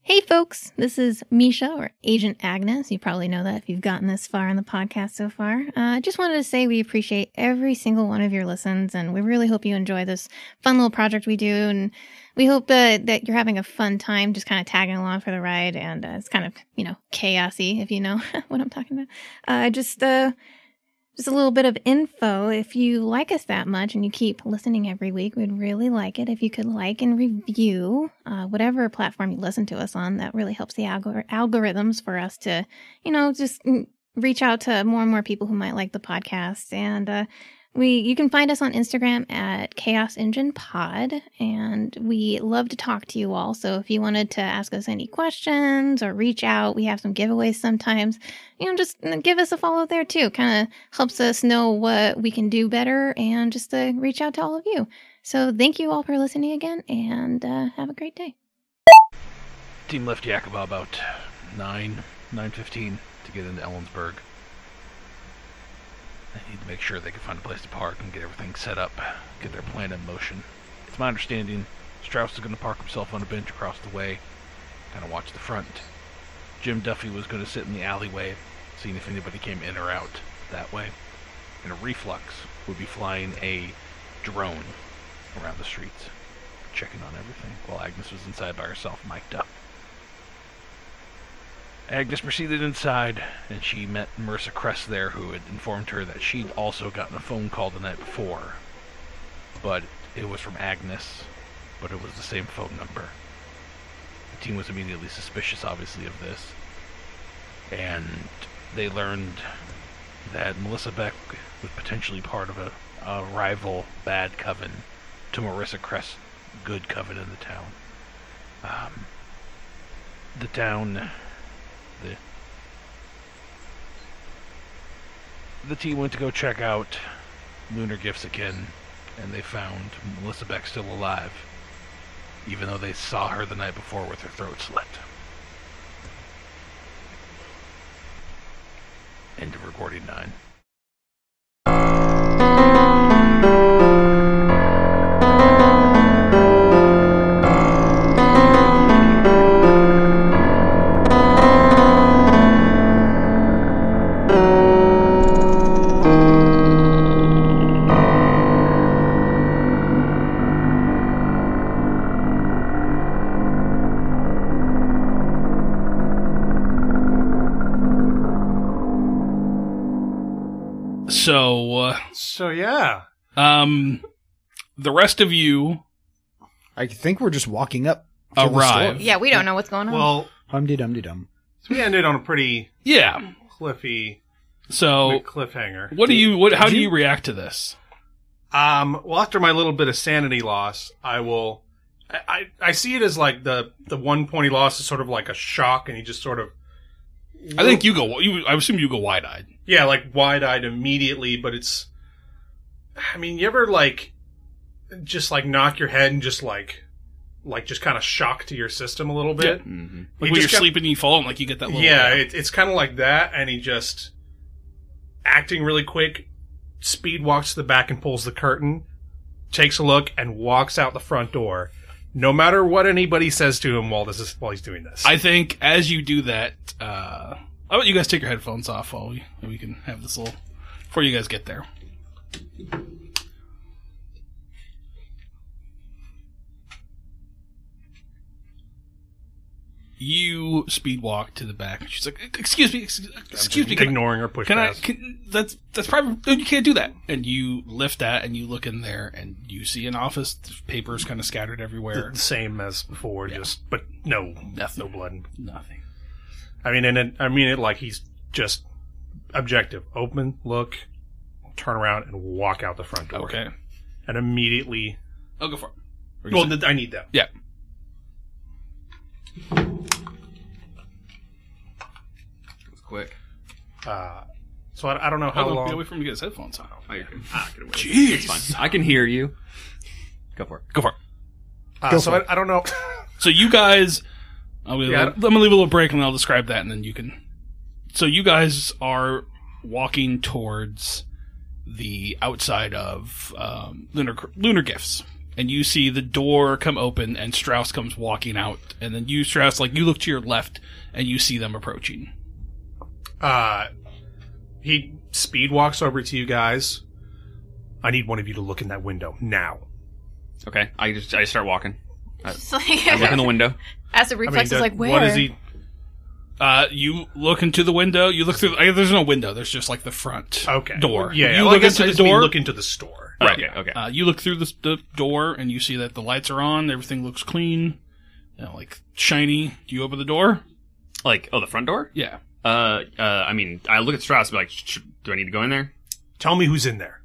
Hey, folks, this is Misha or Agent Agnes. You probably know that if you've gotten this far in the podcast so far. I uh, just wanted to say we appreciate every single one of your listens, and we really hope you enjoy this fun little project we do. And we hope uh, that you're having a fun time just kind of tagging along for the ride. And uh, it's kind of, you know, chaosy, if you know what I'm talking about. Uh, just, just a little bit of info. If you like us that much and you keep listening every week, we'd really like it if you could like and review uh, whatever platform you listen to us on. That really helps the algor- algorithms for us to, you know, just reach out to more and more people who might like the podcast. And uh, we, you can find us on Instagram at Chaos Engine Pod, and we love to talk to you all. So if you wanted to ask us any questions or reach out, we have some giveaways sometimes. You know, just give us a follow there too. Kind of helps us know what we can do better, and just to reach out to all of you. So thank you all for listening again, and uh, have a great day. Team left Yakima about nine nine fifteen to get into Ellensburg. I need to make sure they can find a place to park and get everything set up, get their plan in motion. It's my understanding Strauss is going to park himself on a bench across the way, kind of watch the front. Jim Duffy was going to sit in the alleyway, seeing if anybody came in or out that way. And a reflux would be flying a drone around the streets, checking on everything, while Agnes was inside by herself, mic'd up. Agnes proceeded inside, and she met Mercer Crest there, who had informed her that she'd also gotten a phone call the night before. But it was from Agnes, but it was the same phone number. The team was immediately suspicious, obviously, of this. And they learned that Melissa Beck was potentially part of a, a rival bad coven to Marissa Crest, good coven in the town. Um, the town the the team went to go check out lunar gifts again and they found melissa beck still alive even though they saw her the night before with her throat slit end of recording 9 So, uh, So yeah, um, the rest of you I think we're just walking up. to the arrive. store. Yeah, we don't know what's going on. well, Hum de dum de dum. so we ended on a pretty Yeah. cliffy So, big cliffhanger. Oh, what do you? What? How do you- you react to this? Um, well, after my little bit of sanity loss, I will. I, I, I see it as like the the one point he lost is sort of like a shock, and he just sort of I think you go. You, I assume you go wide-eyed. yeah, like wide eyed immediately. But it's, I mean, you ever like just like knock your head and just like like just kind of shock to your system a little bit. Mm-hmm. Like You when you're just got- sleeping, and you fall, and like you get that. Little, yeah, it, it's kind of like that, and he just acting really quick, speed walks to the back and pulls the curtain, takes a look, and walks out the front door. No matter what anybody says to him while this is while he's doing this, I think as you do that, uh, I want you guys take your headphones off while we, we can have this little before you guys get there. You speed walk to the back. She's like, "Excuse me, ex- excuse me, can I- ignoring her push can I? past. Can, that's that's private. no, You can't do that. And you lift that, and you look in there, and you see an office. There's Papers kind of scattered everywhere. the same as before, just but no, Nothing. no blood. Nothing. I mean, and it, I mean it like he's just objective. Open, look, turn around, and walk out the front door. Okay. and immediately. I'll Oh, go for it. What are you Well, saying? th- I need that. yeah. It's quick. Uh, so I, I don't know how Hold on, long. Get away from him to get his headphones on. Oh, you're good. Ah, get away. Jeez. It's fine. I can hear you. Go for it. Go for it. Uh, Go so for it. I, I don't know. So you guys, I'm gonna, Yeah, I I'm gonna leave a little break and I'll describe that, and then you can. So you guys are walking towards the outside of um, lunar Cr- lunar gifts, and you see the door come open and Strauss comes walking out, and then you Strauss like you look to your left and you see them approaching. Uh, he speed walks over to you guys. I need one of you to look in that window now. Okay, I just I start walking. Just like I look in the window. as a I mean, reflex that- is like where What is he? Uh, you look into the window. You look through. I, there's no window. There's just like the front Okay. door. Yeah. you like look I said, into I the just mean door. Look into the store. Right. Okay, okay. Uh, you look through the, the door and you see that the lights are on. Everything looks clean, you know, like shiny. Do you open the door? like, oh, the front door? Yeah. Uh, uh, I mean, I look at Strauss and be like, "Sh- sh- do I need to go in there? Tell me who's in there.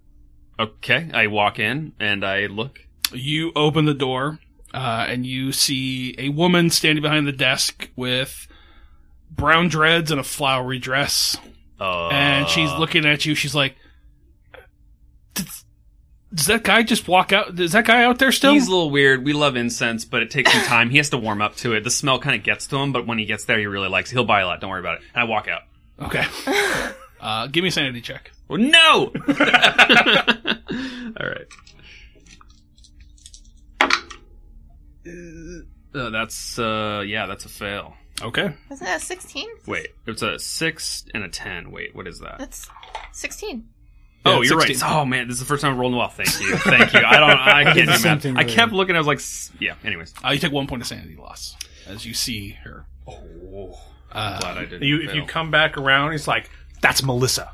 Okay, I walk in and I look. You open the door uh, and you see a woman standing behind the desk with brown dreads and a flowery dress. Uh, and she's looking at you. She's like, does, does that guy just walk out? Is that guy out there still? He's a little weird. We love incense, but it takes some time. He has to warm up to it. The smell kind of gets to him, but when he gets there, he really likes it. He'll buy a lot. Don't worry about it. And I walk out. okay. uh, give me a sanity check. Well, no! All right. Uh, that's, uh, yeah, that's a fail. Okay. Isn't that sixteen? Wait, it's a 6 and a 10. Wait, what is that? That's sixteen. oh, Yeah, you're 16. right. Oh, man, this is the first time I'm rolling well. Thank you. Thank you. I don't, I can't do math. Something I kept really- looking, I was like, s- yeah, anyways. Uh, you take one point of sanity loss as you see her. Oh, Uh, glad I didn't. You, if you fail. come back around, he's like, "That's Melissa."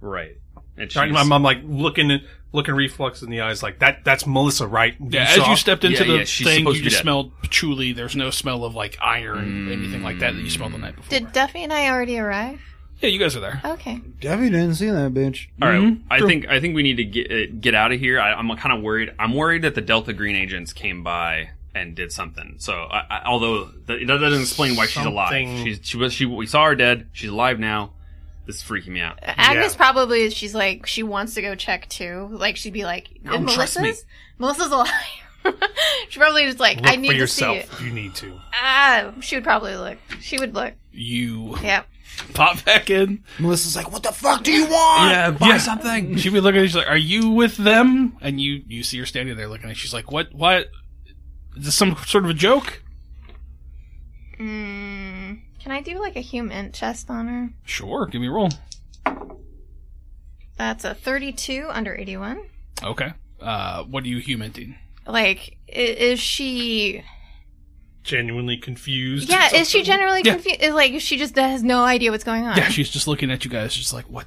Right. And Sorry, she's- my mom like looking at looking reflex in the eyes like that. That's Melissa, right? Yeah, as you stepped into Yeah, the yeah, she's thing, supposed you to be just dead. smelled patchouli. There's no smell of like iron, Mm. anything like that that you smelled the night before. Did Duffy and I already arrive? yeah, you guys are there. Okay. Debbie didn't see that bitch. All right, Mhm, I true. think I think we need to get uh, get out of here. I, I'm kind of worried. I'm worried that the Delta Green agents came by and did something. So, I, I, although th- that doesn't explain why she's alive. Something- She's, she was she we saw her dead. She's alive now. This is freaking me out. Agnes probably is. She's like she wants to go check too. Like she'd be like, No, "Is trust me." Melissa's Melissa's alive. she probably just like Look I need for to yourself. see it. if You need to. Ah, she would probably look. She would look. You Yeah. pop back in. Melissa's like, "What the fuck do you want?" Yeah, buy something. She'd be looking at you she's like, "Are you with them?" And you you see her standing there looking at. you. She's like, "What? What? Is this some sort of a joke?" Mm, can I do like a human chest on her? Sure, give me a roll. That's a 32 under 81. Okay. Uh, what are you humanting? Like, i- is she? Genuinely confused. Yeah, is she generally Yeah. confused? Is like she just has no idea what's going on. Yeah, she's just looking at you guys. She's like, "What?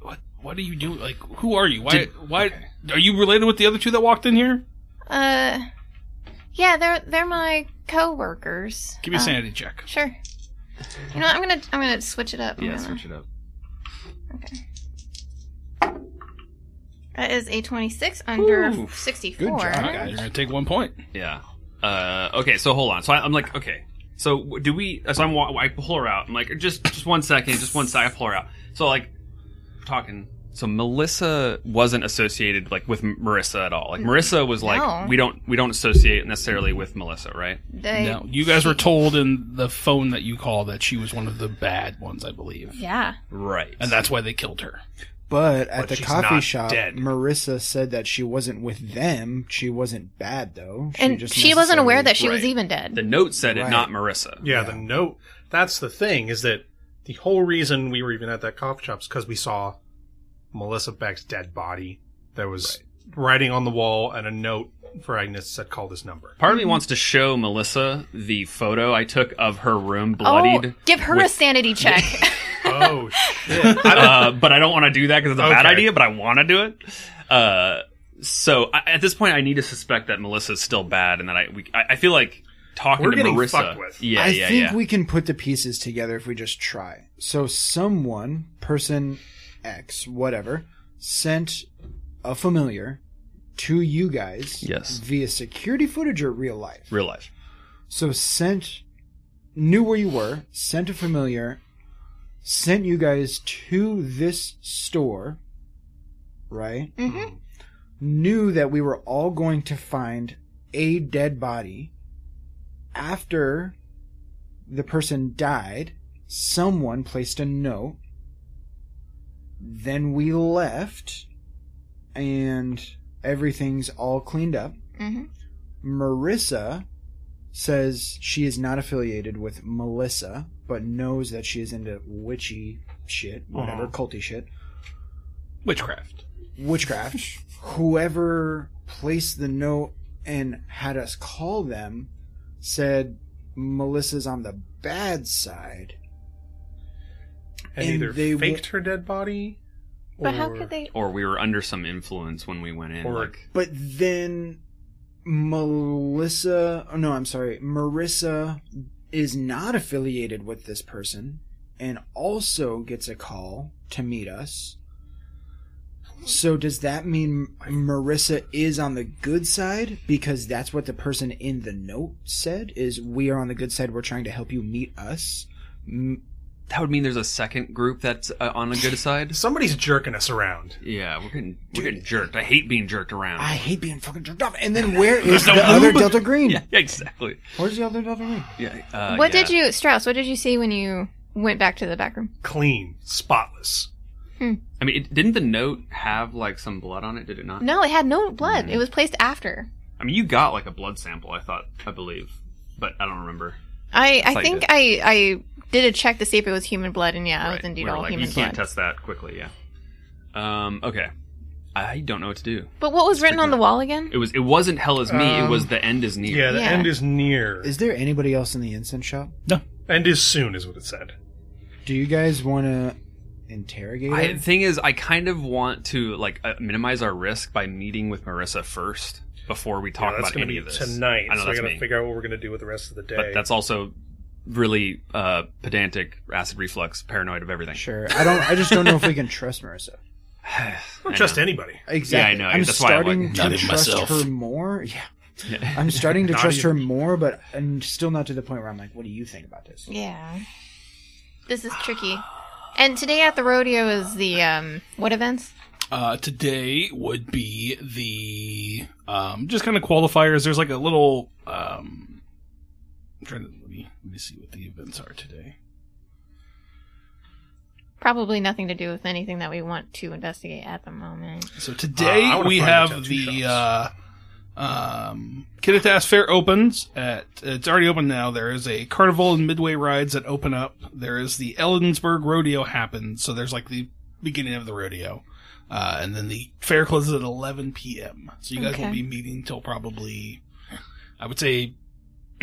What? What are you doing? Like, who are you? Why? Did- why are you related with the other two that walked in here?" Uh, yeah, they're they're my coworkers. Give me a Uh, sanity check. Sure. You know, what, I'm gonna I'm gonna switch it up. I'm Yeah, gonna- switch it up. That is a 26 under Ooh, 64. good job. All right, you're gonna take one point. Yeah. Uh, okay, so hold on. So I, I'm like, okay. So w- do we? uh, So I'm. wa- I pull her out. I'm like, just just one second, just one second. I pull her out. So like, talking. So Melissa wasn't associated like with M- Marissa at all. Like Marissa was like, No. we don't we don't associate necessarily with Melissa, right? They- No, you guys were told in the phone that you called that she was one of the bad ones, I believe, Yeah. Right. and that's why they killed her. But at But the she's coffee not shop, dead. Marissa said that she wasn't with them. She wasn't bad though. and just she wasn't aware that she was right. even dead. the note said it, Right. not Marissa. Yeah, the note. That's the thing is that the whole reason we were even at that coffee shop is because we saw Melissa Beck's dead body. There was writing on the wall and a note for Agnes that said, "Call this number." Part of me wants to show Melissa the photo I took of her room bloodied. oh, give her a with- sanity check. oh shit! I don't, uh, but I don't want to do that because it's a bad Okay. idea. But I want to do it. Uh, so I, at this point, I need to suspect that Melissa's still bad, and that I we, I, I feel like talking We're to getting Marissa. fucked with. Yeah, I yeah, think yeah. we can put the pieces together if we just try. So someone, person X, whatever, sent a familiar to you guys Yes. via security footage or real life. Real life. So sent knew where you were, sent a familiar, sent you guys to this store, right? Mhm. Knew that we were all going to find a dead body after the person died, someone placed a note. Then we left and Everything's all cleaned up. Mm-hmm. Marissa says she is not affiliated with Melissa, but knows that she is into witchy shit, whatever, Aw. culty shit, Witchcraft. witchcraft. Whoever placed the note and had us call them said Melissa's on the bad side. and, And either they faked her dead body. But how or- could they? Or we were under some influence when we went in. Or- like, But then Melissa, oh no, I'm sorry, Marissa is not affiliated with this person and also gets a call to meet us. So does that mean Marissa is on the good side because that's what the person in the note said is we are on the good side we're trying to help you meet us. M- that would mean there's a second group that's uh, on the good side. Somebody's jerking us around. Yeah, we're getting we're getting jerked. I hate being jerked around. I hate being fucking jerked off. And then where is the no other lube? Delta Green? yeah, yeah, exactly. Where's the other Delta Green? Yeah. Uh, what yeah. did you, Strauss? What did you see when you went back to the back room? Clean, spotless. I mean, it, didn't the note have like some blood on it? Did it not? No, it had no blood. Mm. It was placed after. I mean, you got like a blood sample. I thought, I believe, but I don't remember. I, I like think it. I, I did a check to see if it was human blood, and yeah, it was Right. indeed We were all like, human You blood. can't test that quickly. Yeah. Um. Okay. I don't know what to do. but what was written on the wall again? It was. It wasn't hell is me. it Um, was the end is near. Yeah, the Yeah. end is near. Is there anybody else in the incense shop? end is soon, is what it said. Do you guys want to interrogate? I, him? the thing is, I kind of want to like uh, minimize our risk by meeting with Marissa first before we talk Yeah, that's about gonna any be of this tonight. I know so I that's gotta me, figure out what we're gonna do with the rest of the day. but that's also really uh, pedantic, acid reflux, paranoid of everything. Sure. I don't. I just don't know if we can trust Marissa. I I don't know. trust anybody. Exactly. know, I'm that's why I starting like- to not even trust myself. her more. Yeah. Yeah. I'm starting to Not trust her even- more, but I'm still not to the point where I'm like, "What do you think about this?" Yeah, this is tricky. And today at the rodeo is the um what events? Uh, today would be the um, just kind of qualifiers. There's like a little. Um, I'm trying to let me, let me see what the events are today. Probably nothing to do with anything that we want to investigate at the moment. So today Uh, I wanna we find the have tattoo the uh, shops. um, Kittitas Fair opens at. It's already open now. There is a carnival and midway rides that open up. There is the Ellensburg rodeo happens. So there's like the beginning of the rodeo, uh, and then the fair closes at 11 p.m. So you guys Okay. won't be meeting till probably, I would say.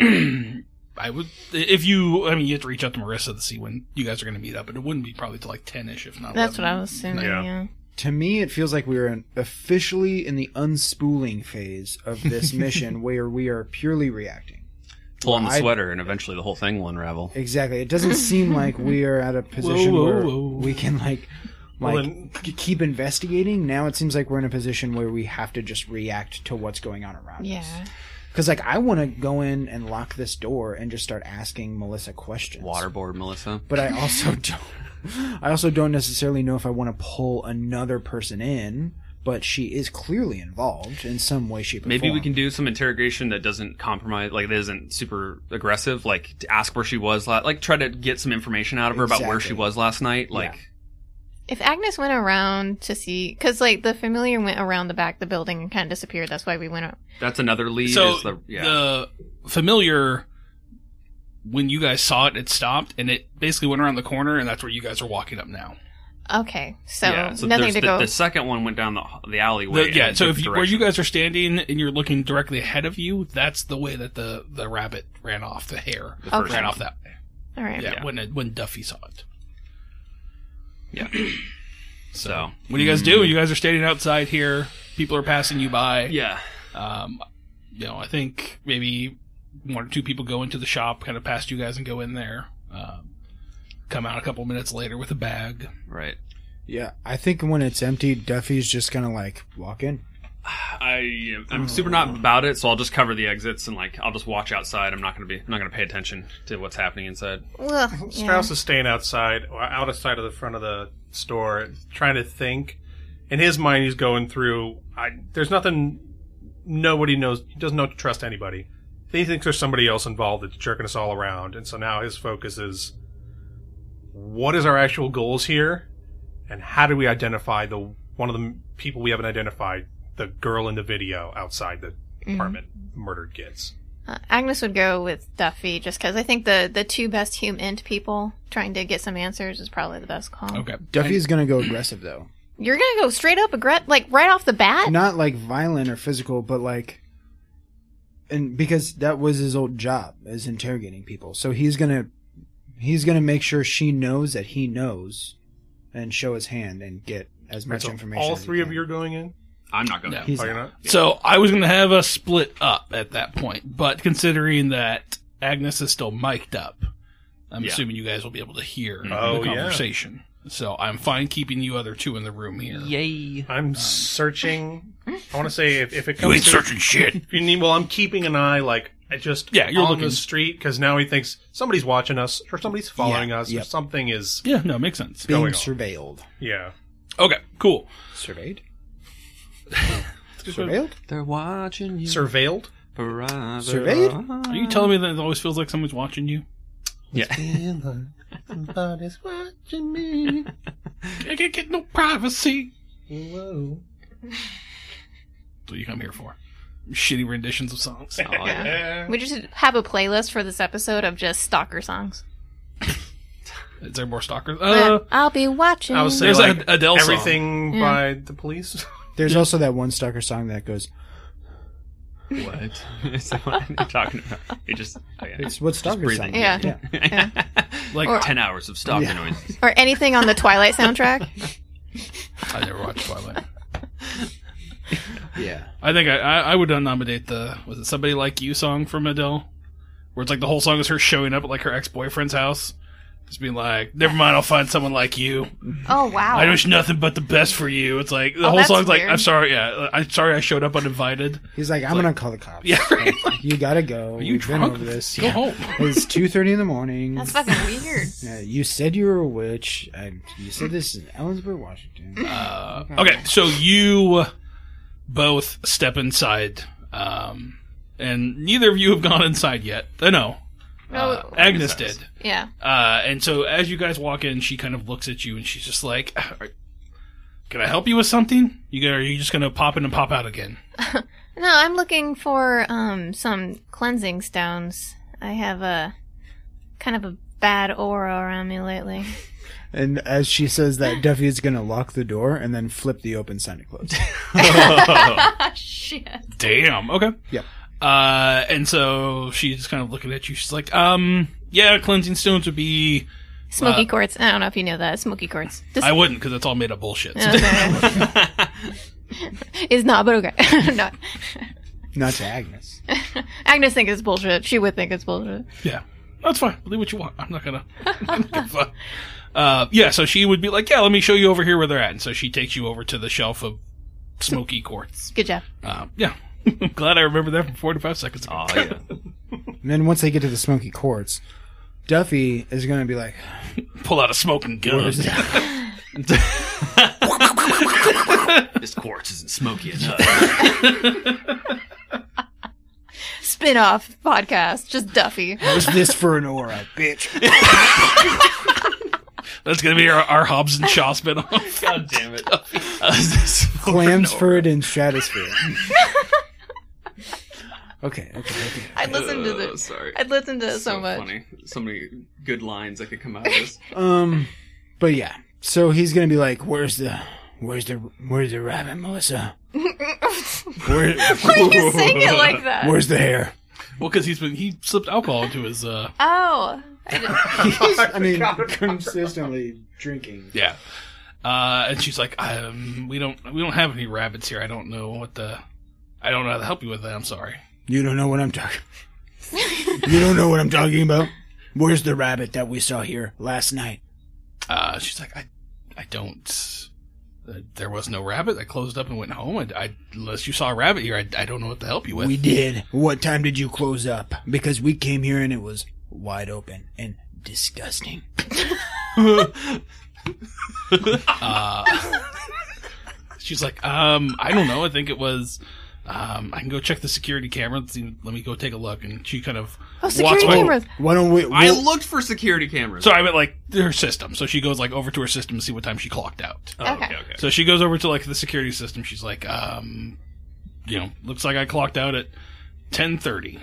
I would if you. I mean, you have to reach out to Marissa to see when you guys are going to meet up, but it wouldn't be probably till like ten ish, if not. That's 11. what I was assuming. Yeah. Yeah. To me, it feels like we are in, officially in the unspooling phase of this mission, where we are purely reacting. Pull on the I- sweater, and eventually the whole thing will unravel. Exactly. It doesn't seem like we are at a position whoa, where whoa. we can like like Well, then- k- keep investigating. Now it seems like we're in a position where we have to just react to what's going on around Yeah. us. Because like I want to go in and lock this door and just start asking Melissa questions. Waterboard, Melissa. But I also don't. I also don't necessarily know if I want to pull another person in. But she is clearly involved in some way, shape, or Maybe we form. can do some interrogation that doesn't compromise, like that isn't super aggressive. Like to ask where she was, la- like try to get some information out of her about where she Exactly. was last night. Yeah. Like, If Agnes went around to see, because like the familiar went around the back of the building and kind of disappeared. That's why we went. Up. That's another lead. so is the, yeah. the familiar when you guys saw it it stopped and it basically went around the corner and that's where you guys are walking up now Okay, so, yeah, so nothing there's to the, go. The second one went down the, the The- alleyway. in yeah a so if different you, where you direction. guys are standing and you're looking directly ahead of you that's the way that the the rabbit ran off the hare The first Okay. ran one. off that way All right. yeah, Yeah. when it, when duffy saw it Yeah. So mm. what do you guys do you guys are standing outside here people are passing you by Yeah. um you know i think maybe one or two people go into the shop kind of past you guys and go in there um, come out a couple minutes later with a bag Right. Yeah, I think when it's empty, Duffy's just gonna like walk in. I I'm super not about it, so I'll just cover the exits and like I'll just watch outside. I'm not gonna be I'm not gonna pay attention to what's happening inside. Well, yeah. Strauss is staying outside, or outside of the front of the store, trying to think. In his mind, he's going through. I, there's nothing. Nobody knows. He doesn't know to trust anybody. He thinks there's somebody else involved that's jerking us all around, and so now his focus is: what is our actual goals here, and how do we identify the one of the people we haven't identified the girl in the video outside the Mhm. apartment murdered kids. Uh, Agnes would go with Duffy just because I think the the two best human people trying to get some answers is probably the best call. Okay. Duffy's gonna go aggressive though. You're gonna go straight up aggre- like right off the bat. Not like violent or physical, but like and because that was his old job is interrogating people. So he's gonna he's gonna make sure she knows that he knows and show his hand and get as much So information. all as he three of can. you are going in. I'm not going. to He's Are you out. not? So I was going to have us split up at that point, but considering that Agnes is still mic'd up, I'm Yeah. assuming you guys will be able to hear Oh, the yeah. conversation. So I'm fine keeping you other two in the room here. Yay! I'm Um. searching. I want to say if, if it You comes ain't to searching shit. if you need, well, I'm keeping an eye like I just Yeah, you're on looking. the street because now he thinks somebody's watching us or somebody's following Yeah, us yep. or something is Yeah, no, makes sense. being going on. surveilled. yeah. Okay, cool. Surveyed? surveilled? They're watching you. Surveilled. Forever. Surveyed? Are you telling me that it always feels like someone's watching you? Yeah. Somebody's watching me. I can't get no privacy. Whoa. That's what you come here for. Shitty renditions of songs. Oh, yeah. We just have a playlist for this episode of just stalker songs. Is there more stalkers? Uh, I'll be watching. I was saying There's like, a- Adele song. everything Yeah. by the police. There's also that one stalker song that goes What? so what are they talking about? You just. Oh, yeah. it's what stalker breathing. song. Yeah. like Or- ten hours of stalker Yeah. noises. or anything on the Twilight soundtrack. I never watched Twilight. Yeah. I think I, I, I would nominate the was it somebody like you song from Adele, where it's like the whole song is her showing up at like her ex boyfriend's house, just being like, "Never mind, I'll find someone like you. Oh wow! I wish nothing but the best for you." It's like the Oh, whole that's song's like, weird. "I'm sorry, yeah, I'm sorry, I showed up uninvited." He's like, I'm gonna call the cops. Yeah, right? Like, you gotta go. Are you We've drunk? been over this. Go home. It's two thirty in the morning. That's fucking weird. Yeah, you said you were a witch. I, you said this in Ellensburg, Washington. Uh, okay, so you both step inside, um, and neither of you have gone inside yet. Uh, no, Uh, Oh, Agnes Agnes has. did. yeah. Uh, and so as you guys walk in, she kind of looks at you and she's just like, "Are- "Can I help you with something? You got, are you just gonna pop in and pop out again?" No, I'm looking for um some cleansing stones. I have a kind of a bad aura around me lately. And as she says that, Duffy is gonna lock the door and then flip the open sign to close. Shit. Damn. Okay. Yep. Uh, and so she's just kind of looking at you. She's like, "Um, yeah, cleansing stones would be. Smoky Uh, quartz. I don't know if you know that. Smoky quartz. This I wouldn't because it's all made up bullshit." no, no. it's not, but okay. no. Not to Agnes. Agnes thinks it's bullshit. She would think it's bullshit. Yeah. That's fine. Believe what you want. I'm not gonna. give a fuck. Uh, yeah. So she would be like, "Yeah, let me show you over here where they're at." And so she takes you over to the shelf of smoky quartz. Good job. Uh, yeah. I'm glad I remember that from 45 seconds ago. Oh yeah. And then once they get to the smoky courts, Duffy is gonna be like, Pull out a smoking gun. This quartz isn't smoky enough. Spin off podcast. Just Duffy. "What's this for an aura, bitch?" That's going to be our, our Hobbs and Shaw spinoff. God damn it. Uh, this- Clamsford and Stratosphere. okay, okay, okay. I listened to Oh, this. sorry. I listened to it so, much. Funny. So many good lines that could come out of this. Um, but yeah. So he's gonna be like, "Where's the, where's the, where's the rabbit, Melissa? Where, You sing it like that. where's the hair?" well, because he's been, he slipped alcohol into his, uh, Oh. I didn't- I mean, consistently drinking. yeah. Uh, and she's like, um, we don't, we don't have any rabbits here. I don't know what the, I don't know how to help you with that. I'm sorry. You don't know what I'm talking. you don't know what I'm talking about. Where's the rabbit that we saw here last night? Uh, she's like, I, I don't, uh, there was no rabbit. I closed up and went home. I, I unless you saw a rabbit here, I, I don't know what to help you with. We did. What time did you close up? Because we came here and it was wide open and disgusting. Uh, She's like, um, I don't know. I think it was. Um, I can go check the security camera. Let's see- Let me go take a look. And she kind of Oh, security walks away. cameras. Why don't we? I we'll- looked for security cameras. So I meant like her system. So she goes like over to her system to see what time she clocked out. Oh, okay, Okay. okay. So she goes over to like the security system. She's like, um, you know, looks like I clocked out at 10:30.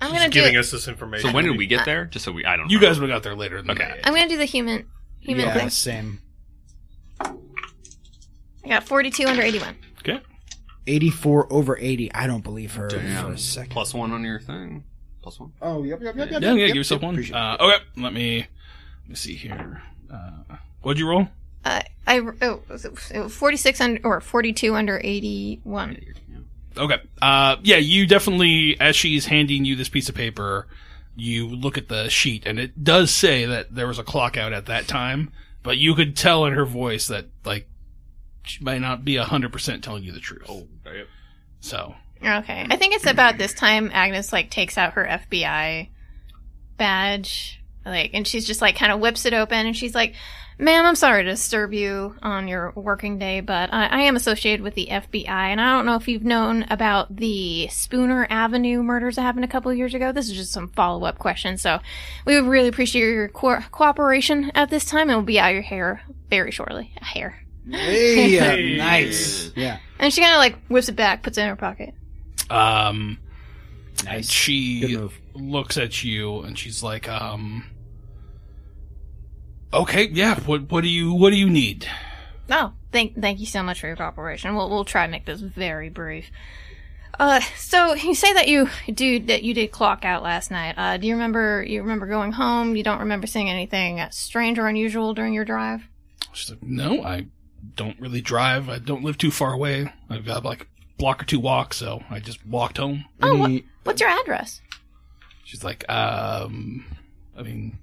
I'm She's gonna do. giving it- us this information. So when did we get there? Just so we, I don't. You know. guys would have got there later than Okay. that. I'm gonna do the human human yeah, thing. same. I got 42 under 81. Okay. 84 over 80. I don't believe her for Damn. a second. Plus one on your thing. Plus one. Oh, yep, yep, yep, Yeah, yep. Yeah, yep, yeah, yep, give yourself yep. one. Appreciate it. Uh, okay, let me let me see here. Uh, what'd you roll? Uh, I oh, so 46 under or 42 under 81. Okay. Uh, yeah, you definitely, as she's handing you this piece of paper, you look at the sheet, and it does say that there was a clock out at that time, but you could tell in her voice that, like, she might not be 100% telling you the truth. Oh, So, Okay. I think it's about this time Agnes like takes out her FBI badge. Like and she's just like kind of whips it open and she's like, "Ma'am, I'm sorry to disturb you on your working day, but I, I am associated with the FBI, and I don't know if you've known about the Spooner Avenue murders that happened a couple of years ago. This is just some follow up questions, so we would really appreciate your co- cooperation at this time, and we'll be out your hair very shortly. Hair." Hey, uh, nice. Yeah, And she kind of like whips it back, puts it in her pocket. um, and nice. Good she move. looks at you, and she's like, um, okay, yeah, what, what do you, what do you need? Oh, thank thank you so much for your cooperation. We'll we'll try to make this very brief. Uh, so you say that you do that you did clock out last night. Uh, do you remember you remember going home? You don't remember seeing anything uh, strange or unusual during your drive? She's like, no, I don't really drive. I don't live too far away. I've got like a block or two walk, so I just walked home. Oh, what- Any- What's your address? She's like, um, I mean,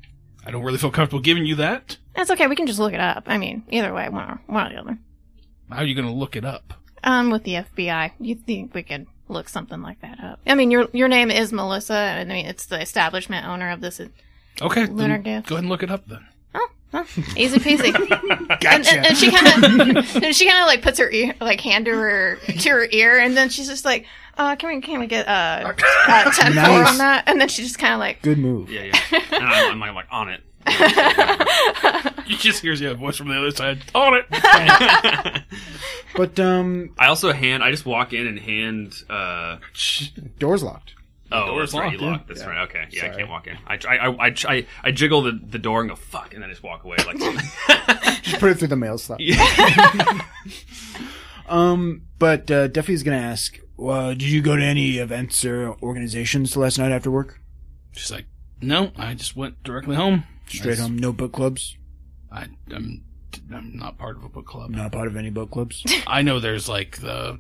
I don't really feel comfortable giving you that. That's okay. We can just look it up. I mean, either way, one or, one or the other. How are you going to look it up? Um, with the FBI, you think we could look something like that up? I mean, your your name is Melissa. and I mean, it's the establishment owner of this. Okay. then Lunar go gift. ahead and look it up then. Oh, well, easy peasy. Gotcha. And, and, and she kind of, and she kind of like puts her ear, like hand to her to her ear, and then she's just like, uh, "Can we, can we get uh, uh ten four Nice. on that?" And then she just kind of like, Good move. Yeah, yeah. And I'm, I'm like, I'm like on it. You just hears the other voice from the other side. On it. But um, I also hand. I just walk in and hand. Uh, door's locked. oh, door's that's right. You locked, yeah. locked. That's Yeah. right. Okay. Yeah, I Sorry. can't walk in. I try, I, I, I, I jiggle the, the door and go fuck, and then just walk away. Like Just put it through the mail slot. um, but uh, Duffy's gonna ask, uh, "Did you go to any events or organizations last night after work? She's like, no, I just went directly home. Straight That's- home, no book clubs. I, I'm, I'm not part of a book club. I'm not a part of any book clubs. I know there's like the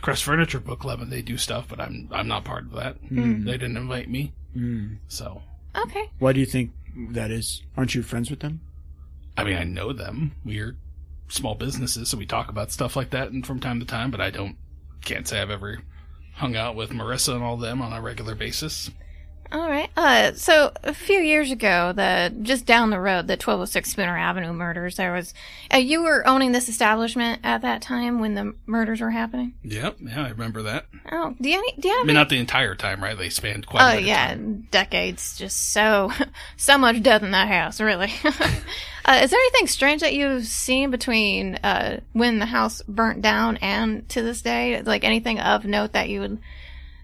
Crest Furniture Book Club and they do stuff, but I'm I'm not part of that. Hmm. They didn't invite me, Hmm. so "Okay, Why do you think that is? Aren't you friends with them? I mean I know them. We're small businesses, so we talk about stuff like that and from time to time. But I don't can't say I've ever hung out with Marissa and all them on a regular basis. all right." Uh, so a few years ago, the just down the road, the twelve oh six Spooner Avenue murders. There was, uh, you were owning this establishment at that time when the murders were happening. Yep, yeah, I remember that. Oh, do you any, do you I have mean, any? not the entire time, right? They spanned quite. Oh a bit yeah, of time. decades. Just so so much death in that house. Really. uh, is there anything strange that you've seen between uh, when the house burnt down and to this day? Like anything of note that you would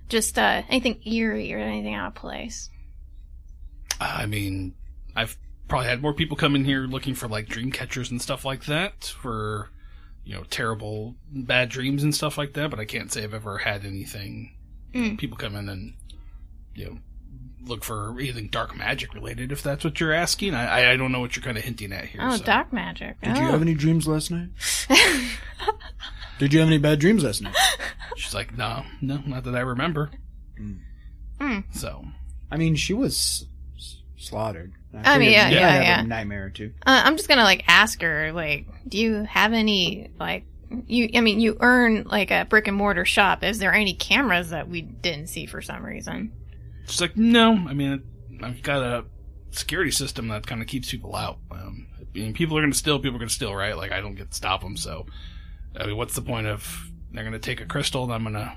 just uh, anything eerie or anything out of place? I mean, I've probably had more people come in here looking for like dream catchers and stuff like that for, you know, terrible bad dreams and stuff like that. But I can't say I've ever had anything. Mm. People come in and, you know, look for anything dark magic related. If that's what you're asking, I I- I don't know what you're kind of hinting at here. Oh, so. dark magic. Did oh. you have any dreams last night? Did you have any bad dreams last night? She's like, no, no, not that I remember. Mm. Mm. So I mean, she was s- slaughtered. I mean, figured yeah, you might yeah, have yeah. A nightmare or two. Uh, I'm just gonna like ask her like, do you have any like you? I mean, you earn like a brick and mortar shop. Is there any cameras that we didn't see for some reason? she's like, no, I mean, I've got a security system that kind of keeps people out. Um, I mean, people are going to steal, people are going to steal, right? Like, I don't get to stop them, so. I mean, what's the point of. They're going to take a crystal, and I'm going to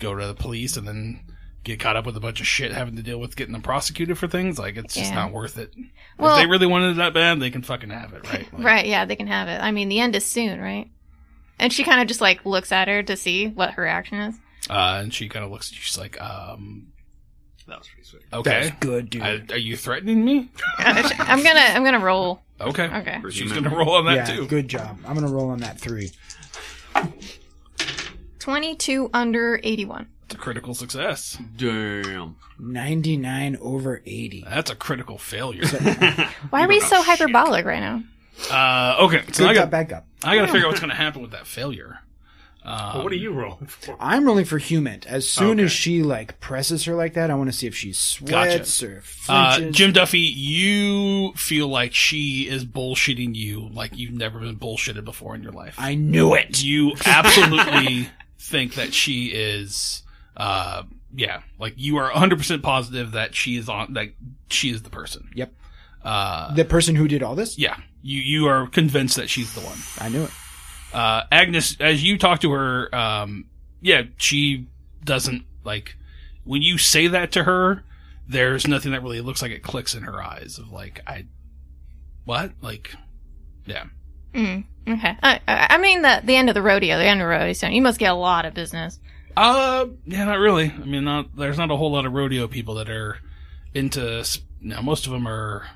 go to the police and then get caught up with a bunch of shit having to deal with getting them prosecuted for things? Like, it's just Yeah. not worth it. Well- if they really wanted it that bad, they can fucking have it, right? Like, Right, yeah, they can have it. I mean, the end is soon, right? And she kind of just like looks at her to see what her action is. Uh, and she kind of looks at you. She's like, um, That was pretty sweet. okay. That's good, dude. I, are you threatening me? Uh, sh- I'm gonna I'm gonna roll. Okay. Okay. She's going to roll on that yeah, too. good job. I'm gonna roll on that three. Twenty two under eighty one. It's a critical Hmm. success. Damn. Ninety nine over eighty. That's a critical failure. Why are we so hyperbolic right now? uh, okay. So Good I job, got, back up. I got to figure out what's going to happen with that failure. Um, Well, what are you rolling for? I'm rolling for human. As soon as she like presses her like that, I want to see if she sweats or Uh, flinches. Jim Duffy, you feel like she is bullshitting you like you've never been bullshitted before in your life. I knew it. you absolutely think that she is uh yeah like you are 100% positive that she is on that she is the person Yep. uh The person who did all this, yeah you you are convinced that she's the one I knew it. uh agnes as you talk to her um yeah she doesn't like when you say that to her there's nothing that really looks like it clicks in her eyes of like i what like Mm, okay. I, I I mean the the end of the rodeo, the end of the rodeo. So you must get a lot of business. Uh, yeah, not really. I mean, not there's not a whole lot of rodeo people that are into. s- Now, most of them are.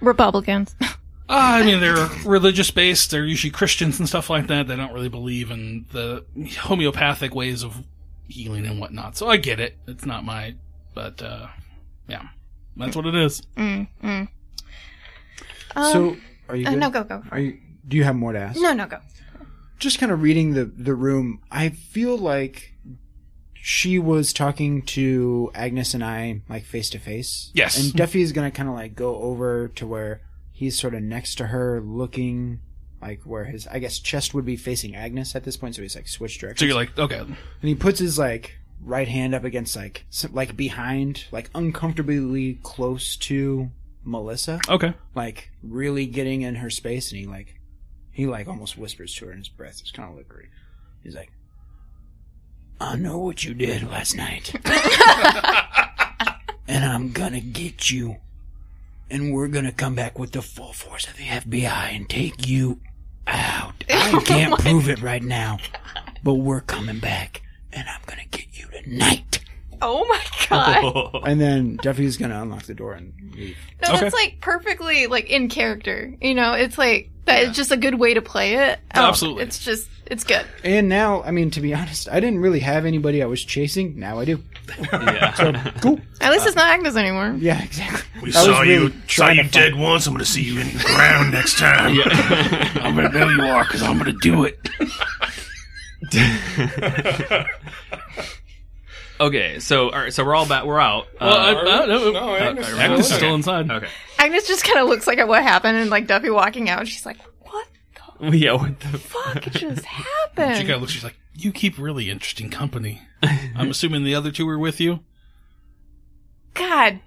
Republicans. Uh, I mean, they're religious based. They're usually Christians and stuff like that. They don't really believe in the homeopathic ways of healing and whatnot. So I get it. It's not my, but uh, yeah, that's what it is. Mm, mm. Um, so are you? uh, good? no, go go. Are you? Do you have more to ask? No, no, go. just kind of reading the the room, I feel like she was talking to Agnes and I like face to face. Yes. And Duffy is gonna kind of like go over to where he's sort of next to her, looking like where his I guess chest would be facing Agnes at this point, so he's like switched directions. So you're like, okay, and he puts his like right hand up against like s- like behind, like uncomfortably close to Melissa okay, like really getting in her space and he like he like almost whispers to her in his breath it's kind of liquory he's like i know what you did last night and i'm gonna get you and we're gonna come back with the full force of the fbi and take you out i can't prove it right now but we're coming back and i'm gonna get you tonight Oh my god. and then duffy's gonna unlock the door and leave No, Okay. that's like perfectly like in character. You know, it's like that is just a good way to play it. Oh, No, absolutely. It's just it's good. And now, I mean, to be honest, I didn't really have anybody I was chasing. Now I do. Yeah. So, cool. At least it's not Agnes anymore. Yeah, exactly. We I was saw you, really saw trying you to find- dead once. I'm gonna see you in the ground next time. I'm gonna know you are because I'm gonna do it. Okay, so all right, so we're all back. We're out. Well, Uh, I, I, no, No, Agnes is Agnes is still still inside. okay. Agnes just kind of looks like at what happened and like Duffy walking out. And she's like, "What the Yeah. What the fuck just She happened?" kind of looks. She's like, "You keep really interesting company." I'm assuming the other two were with you. God,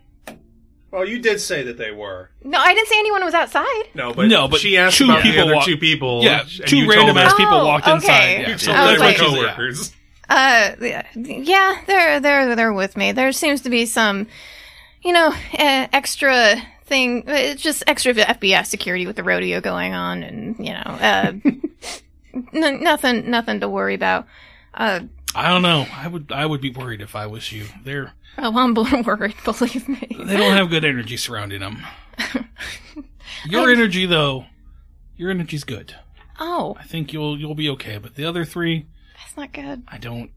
Well, you did say that they were. no, I didn't say anyone was outside. No, but No, but she asked two about the people other wa- two people. Yeah, and two you told random her- ass Oh, people walked okay. inside. I Yeah, You was told her like- like, coworkers. Uh, yeah, yeah, they're they're they're with me. There seems to be some, you know, uh, extra thing. It's just extra FBI security with the rodeo going on, and you know, uh, n- nothing nothing to worry about. Uh, I don't know. I would I would be worried if I was you. They're oh, I'm bl- worried. Believe me. they don't have good energy surrounding them. Um, Your energy though, your energy's good. Oh, I think you'll you'll be okay. But the other three, that's not good. I don't.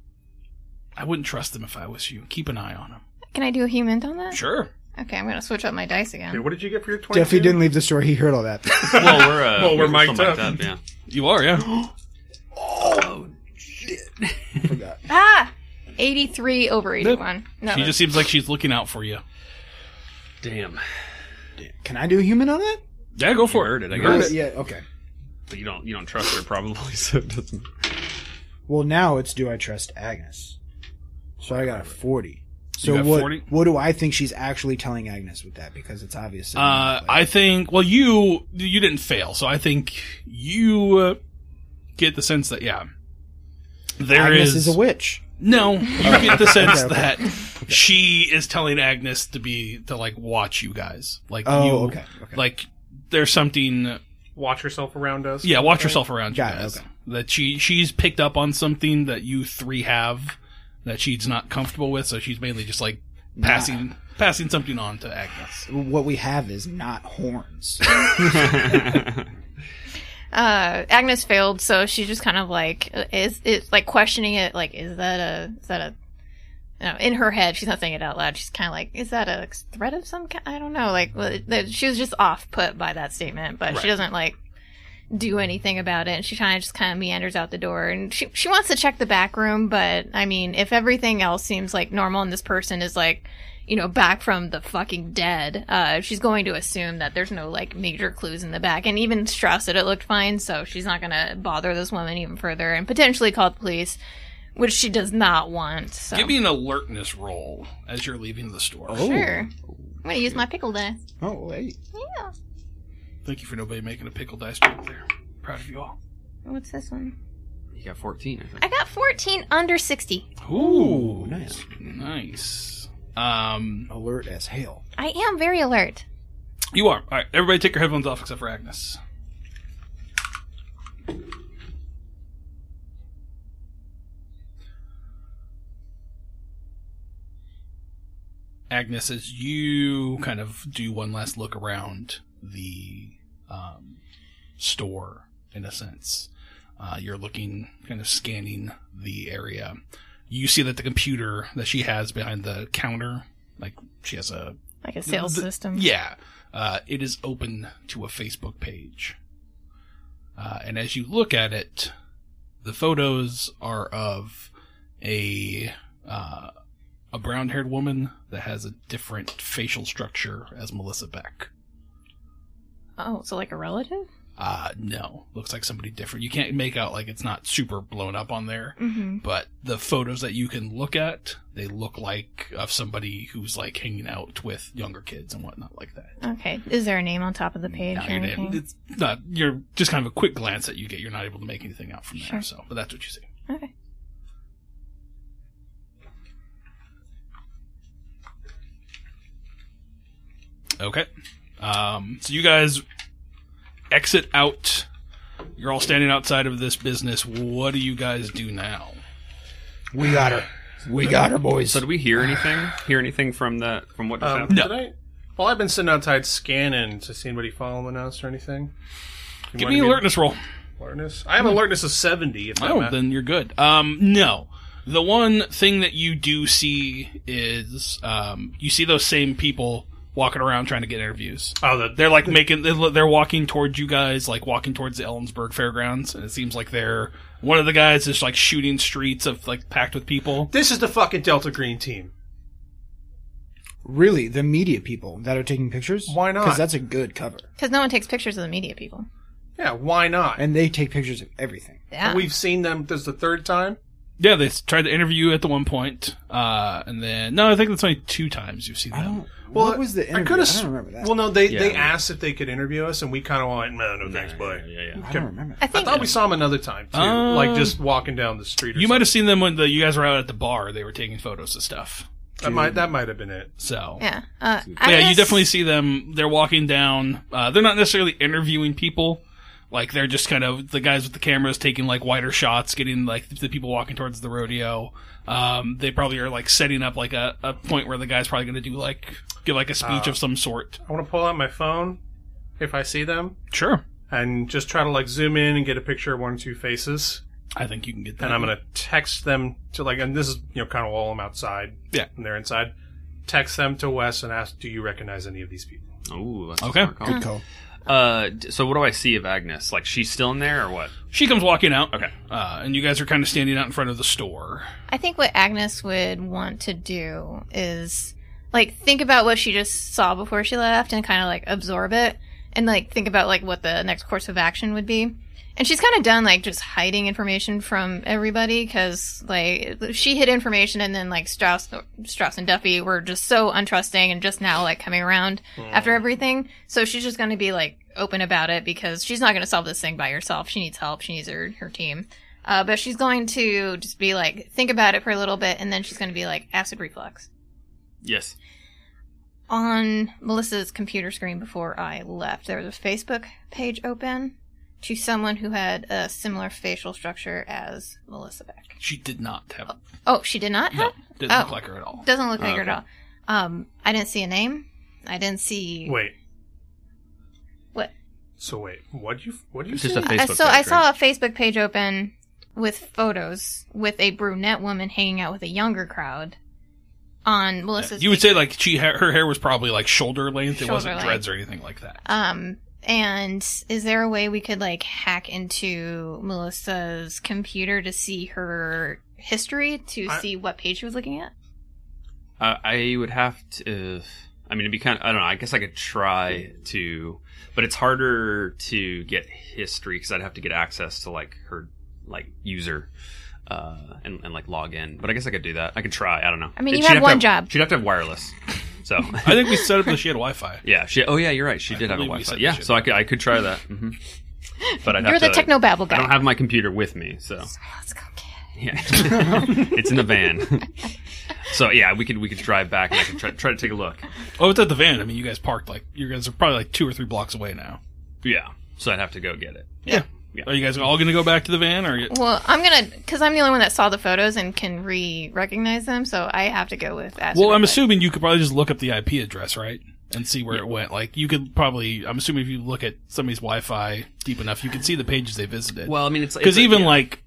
I wouldn't trust them if I was you. Keep an eye on them. Can I do a human on that? Sure. Okay, I'm gonna switch up my dice Dude, again. what did you get for your 22? Duffy didn't leave the store. He heard all that. well, we're uh, Well, we're still mic'd up. Yeah. You are, yeah. Ah, 83 over 81. No, she just seems like she's looking out for you. Damn. Can I do a human on that? Yeah, go for it. Heard it, I guess. Yeah, okay. But you don't you don't trust her probably, so it doesn't. Well, now it's do I trust Agnes? So I got a 40. So got what, 40? what do I think she's actually telling Agnes with that? Because it's obvious. Uh, I think. Well, you you didn't fail, so I think you uh, get the sense that yeah, there Agnes is is a witch. no. You get the sense Okay, that she is telling Agnes to be to like watch you guys, like Oh, you, okay, okay. like there's something. Watch yourself around us. Yeah, watch yourself around you Got it, guys. okay. that she she's picked up on something that you three have that she's not comfortable with, so she's mainly just like passing passing something on to Agnes. What we have is not horns. Uh, Agnes failed, so she's just kind of like is is like questioning it. Like, is that a is that a you know, in her head, she's not saying it out loud. She's kind of like, is that a threat of some kind? I don't know. Like, well, it- that- she was just off put by that statement, but she doesn't like do anything about it. And she kind of just kind of meanders out the door, and she she wants to check the back room, but I mean, if everything else seems like normal, and this person is like. You know, back from the fucking dead. Uh, she's going to assume that there's no like major clues in the back, and even Strauss said it looked fine, so she's not gonna bother this woman even further and potentially call the police, which she does not want. So. Give me an alertness roll as you're leaving the store. Sure. I'm gonna use my pickle dice. Oh wait. Yeah. Thank you for nobody making a pickle dice joke there. Proud of you all. What's this one? you got 14, I think. I got 14 under 60. Ooh, nice. nice. Um, Alert as hell. I am very alert. you are all right. Everybody, take your headphones off except for Agnes. Agnes, as you kind of do one last look around the um, store, in a sense, uh, you're looking, kind of scanning the area. You see that the computer that she has behind the counter, like she has a Like a sales the- system. yeah, uh, it is open to a Facebook page. Uh, and as you look at it, the photos are of a uh, a brown haired woman that has a different facial structure as Melissa Beck. Oh, so like a relative? Uh, no, looks like somebody different. You can't make out like it's not super blown up on there, Mm-hmm. but the photos that you can look at, they look like of somebody who's like hanging out with younger kids and whatnot like that. Okay. Is there a name on top of the page No, or you're not- anything? it's not. You're just kind of a quick glance that you get. You're not able to make anything out from there. Sure. So, but that's what you see. Okay. Okay. Um, so you guys exit out. You're all standing outside of this business. What do you guys do now? We got her. We got her, boys. So, did we hear anything? Hear anything from the from what just Um, happened? did I? Well, I've been sitting outside scanning to see anybody following us or anything. Do you mind Give me an if you- alertness roll. alertness. I have Hmm. alertness of seventy. If Oh, I'm then you're good. Um, no. The one thing that you do see is um, you see those same people walking around trying to get interviews. oh, the, They're like making they're they're walking towards you guys, like walking towards the Ellensburg Fairgrounds, and it seems like they're one of the guys is like shooting streets of like packed with people. this is the fucking Delta Green team. really, the media people that are taking pictures? Why not? Because that's a good cover. Because no one takes pictures of the media people. Yeah, why not? And they take pictures of everything. Yeah. We've seen them. This is the third time. Yeah, they s- tried to interview you at the one point, uh, and then no, I think that's only two times you've seen I them. don't. Well, what was the I interview? I, coulda s- don't remember that. Well, no, they Yeah, they we- asked if they could interview us, and we kind of went, no, no, thanks, bye. Yeah, yeah. I don't remember. I I think thought we saw him another time too, Um, like just walking down the street. Or You might have seen them when the, you guys were out at the bar; they were taking photos of stuff. something. that might that might have been it. So Yeah. Uh, yeah, you Agnes- definitely see them. They're walking down. Uh, they're not necessarily interviewing people. Like they're just kind of the guys with the cameras taking like wider shots, getting like the people walking towards the rodeo. Um, they probably are like setting up like a, a point where the guy's probably going to do like give like a speech Uh, of some sort. I want to pull out my phone if I see them, Sure, and just try to like zoom in and get a picture of one or two faces. I think you can get that. and I'm gonna text them to like, and this is you know kind of while I'm outside. Yeah. and they're inside. Text them to Wes and ask, "Do you recognize any of these people?" Ooh, that's Okay. okay. Good call. Uh, d- so what do I see of Agnes? Like she's still in there or what? She comes walking out. Okay. uh, and you guys are kind of standing out in front of the store. I think what Agnes would want to do is like think about what she just saw before she left and kind of like absorb it and like think about like what the next course of action would be. And she's kind of done like just hiding information from everybody because like she hid information and then like Strauss, Strauss and Duffy were just so untrusting and just now like coming around after everything. So she's just going to be like open about it because she's not going to solve this thing by herself. She needs help. She needs her, her team. Uh, but she's going to just be like, think about it for a little bit, and then she's going to be like, acid reflux. Yes. On Melissa's computer screen before I left, there was a Facebook page open. to someone who had a similar facial structure as Melissa Beck. She did not have. Oh, she did not. No, have didn't Oh. look like her at all. Doesn't look like her at Okay. all. Um, I didn't see a name. I didn't see. Wait. What? So wait, what you what you It's say? just a I- Facebook. uh, so I page, right? saw a Facebook page open with photos with a brunette woman hanging out with a younger crowd on Melissa's. You would say like she ha- her hair was probably like shoulder length. it Shoulder wasn't length. dreads or anything like that. Um, and is there a way we could like hack into Melissa's computer to see her history to I- see what page she was looking at? Uh, I would have to. I mean, it'd be kind of. I don't know. I guess I could try to, but it's harder to get history because I'd have to get access to like her like user, uh, and, and like log in. But I guess I could do that. I could try. I don't know. I mean, It- you she'd had have to one have- job. She'd have to have wireless. So I think we set up that she had Wi-Fi. yeah, she. Oh yeah, you're right. She I did have a believe we Wi-Fi. said Yeah, she so I could I could try that. hmm But I'd You're have the to. techno babble I guy. don't have my computer with me, so Let's go get it. yeah, it's in the van. so yeah, we could we could drive back and I could try, try to take a look. Oh, it's at the van. I mean, you guys parked like you guys are probably like two or three blocks away now. Yeah. So I'd have to go get it. Are you guys all going to go back to the van, or you- Well, I'm gonna because I'm the only one that saw the photos and can re recognize them, so I have to go with that. well, I'm assuming you could probably just look up the IP address, right, and see where it went. Like you could probably, I'm assuming if you look at somebody's Wi-Fi deep enough, you could see the pages they visited. Well, I mean, it's because it's- even yeah. like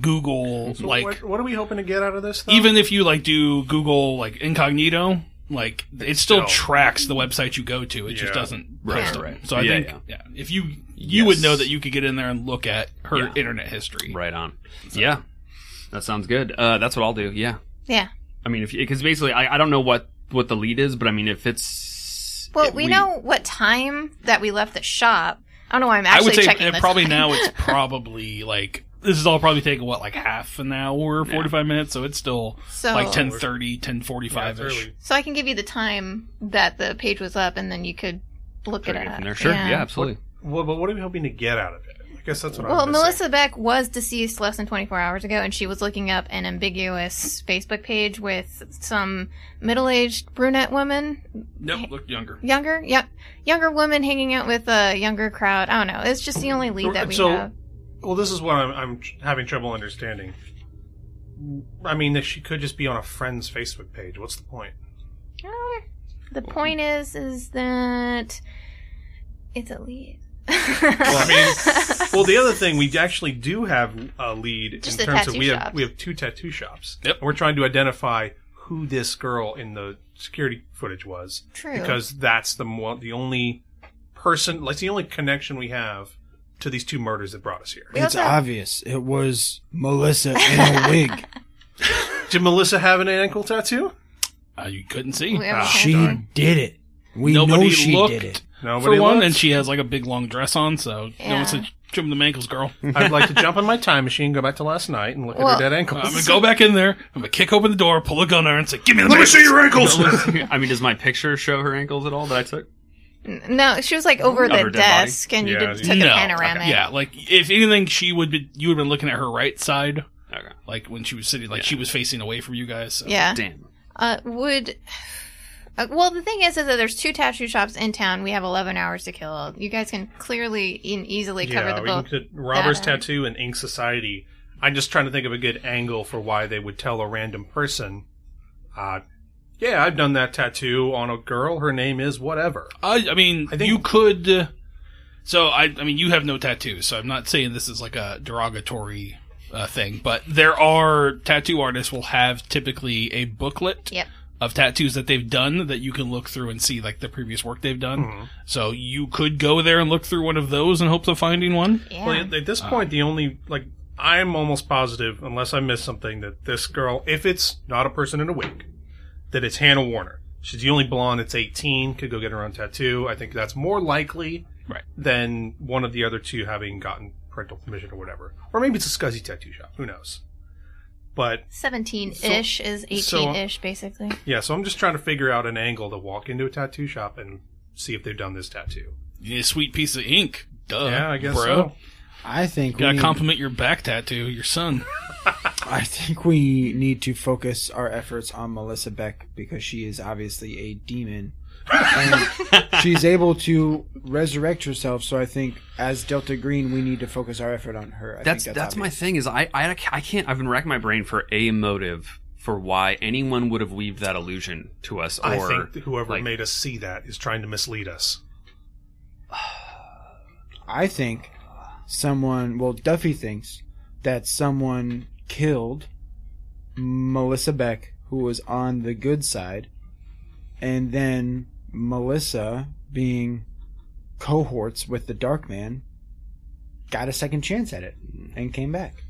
Google, So like what, what are we hoping to get out of this? Though? even if you like do Google like incognito, like it still- still tracks the website you go to. It just Yeah. doesn't Right, post right. it. So I Yeah, think yeah. yeah. if you you would Yes. know that you could get in there and look at her Yeah. internet history. right on. Yeah, that sounds good. Uh, that's what I'll do. Yeah. Yeah. I mean, if because basically, I, I don't know what what the lead is, but I mean, if it's well, if we, know what time that we left the shop. I don't know why I'm actually I would say checking and this. probably now it's probably like this is all probably taking what like half an hour, forty five minutes. So it's still so like 1030, 1045 Yeah, it's ish. early. So I can give you the time that the page was up, and then you could look Try it to get up. from there. Sure. Yeah, absolutely. Well, but what are we hoping to get out of it? I guess that's what Well, I'm. Melissa Beck was deceased less than 24 hours ago, and she was looking up an ambiguous Facebook page with some middle-aged brunette woman, Nope, looked younger. younger, yep, younger woman hanging out with a younger crowd. I don't know. It's just the only lead that we So- have. Well, this is what I'm, I'm tr- having trouble understanding. I mean, that she could just be on a friend's Facebook page. What's the point? Um, The point is, is that it's a lead. I mean, well, the other thing we actually do have a lead Just the in terms of tattoo we shops. have we have two tattoo shops. Yep. And we're trying to identify who this girl in the security footage was true. because that's the mo- the only person, like the only connection we have to these two murders that brought us here. We it's also- obvious. It was Melissa in a wig. Did Melissa have an ankle tattoo? Uh, you couldn't see. We have a she tattoo. did it. We Nobody know she looked did it. Nobody for one, looked? and she has like a big long dress on, so no Yeah. one said trim them ankles, girl. I'd like to jump on my time machine, go back to last night, and look Well- at her dead ankles. I'm gonna go back in there. I'm gonna kick open the door, pull a gun on her, and say, "Give me the Let ankles. I mean, does my picture show her ankles at all that I took? N- No, she was like over Of her the dead body? desk, and you Yeah, did, you- took no. a panoramic. Yeah, like if anything, she would be. You would have been looking at her right side, Okay. like when she was sitting, like she was facing away from you guys. So. Yeah. Damn. Uh, would. Uh, well, the thing is, is that there's two tattoo shops in town. We have 11 hours to kill. You guys can clearly and easily cover yeah, the we can book. put Robber's That- Tattoo and Ink Society. I'm just trying to think of a good angle for why they would tell a random person, uh, yeah, I've done that tattoo on a girl. Her name is whatever. I, I mean, I think- you could. uh, So I, I mean, you have no tattoos, so I'm not saying this is like a derogatory uh, thing, but there are tattoo artists will have typically a booklet Yep. of tattoos that they've done that you can look through and see like the previous work they've done. So you could go there and look through one of those in hopes of finding one. Yeah. Well, at- at this point, the only, like, I'm almost positive, unless I miss something, that this girl, if it's not a person in a wig, that it's Hannah Warner. She's the only blonde that's 18, could go get her own tattoo. I think that's more likely Right. than one of the other two having gotten parental permission or whatever. Or maybe it's a scuzzy tattoo shop. Who knows? But 17 ish is 18 so- ish, basically. yeah, so I'm just trying to figure out an angle to walk into a tattoo shop and see if they've done this tattoo. Yeah, sweet piece of ink. Duh. yeah, I guess Uh, bro. so. I think we Gotta need, compliment your back tattoo, your son. I think we need to focus our efforts on Melissa Beck because she is obviously a demon. and she's able to resurrect herself. So I think as Delta Green, we need to focus our effort on her. I that's think that's, my thing is I, I I can't I've been racking my brain for a motive for why anyone would have weaved that illusion to us or I think that whoever like- made us see that is trying to mislead us. I think someone. Well, Duffy thinks that someone killed Melissa Beck, who was on the good side, and then Melissa, being cohorts with the Dark Man, got a second chance at it and came back.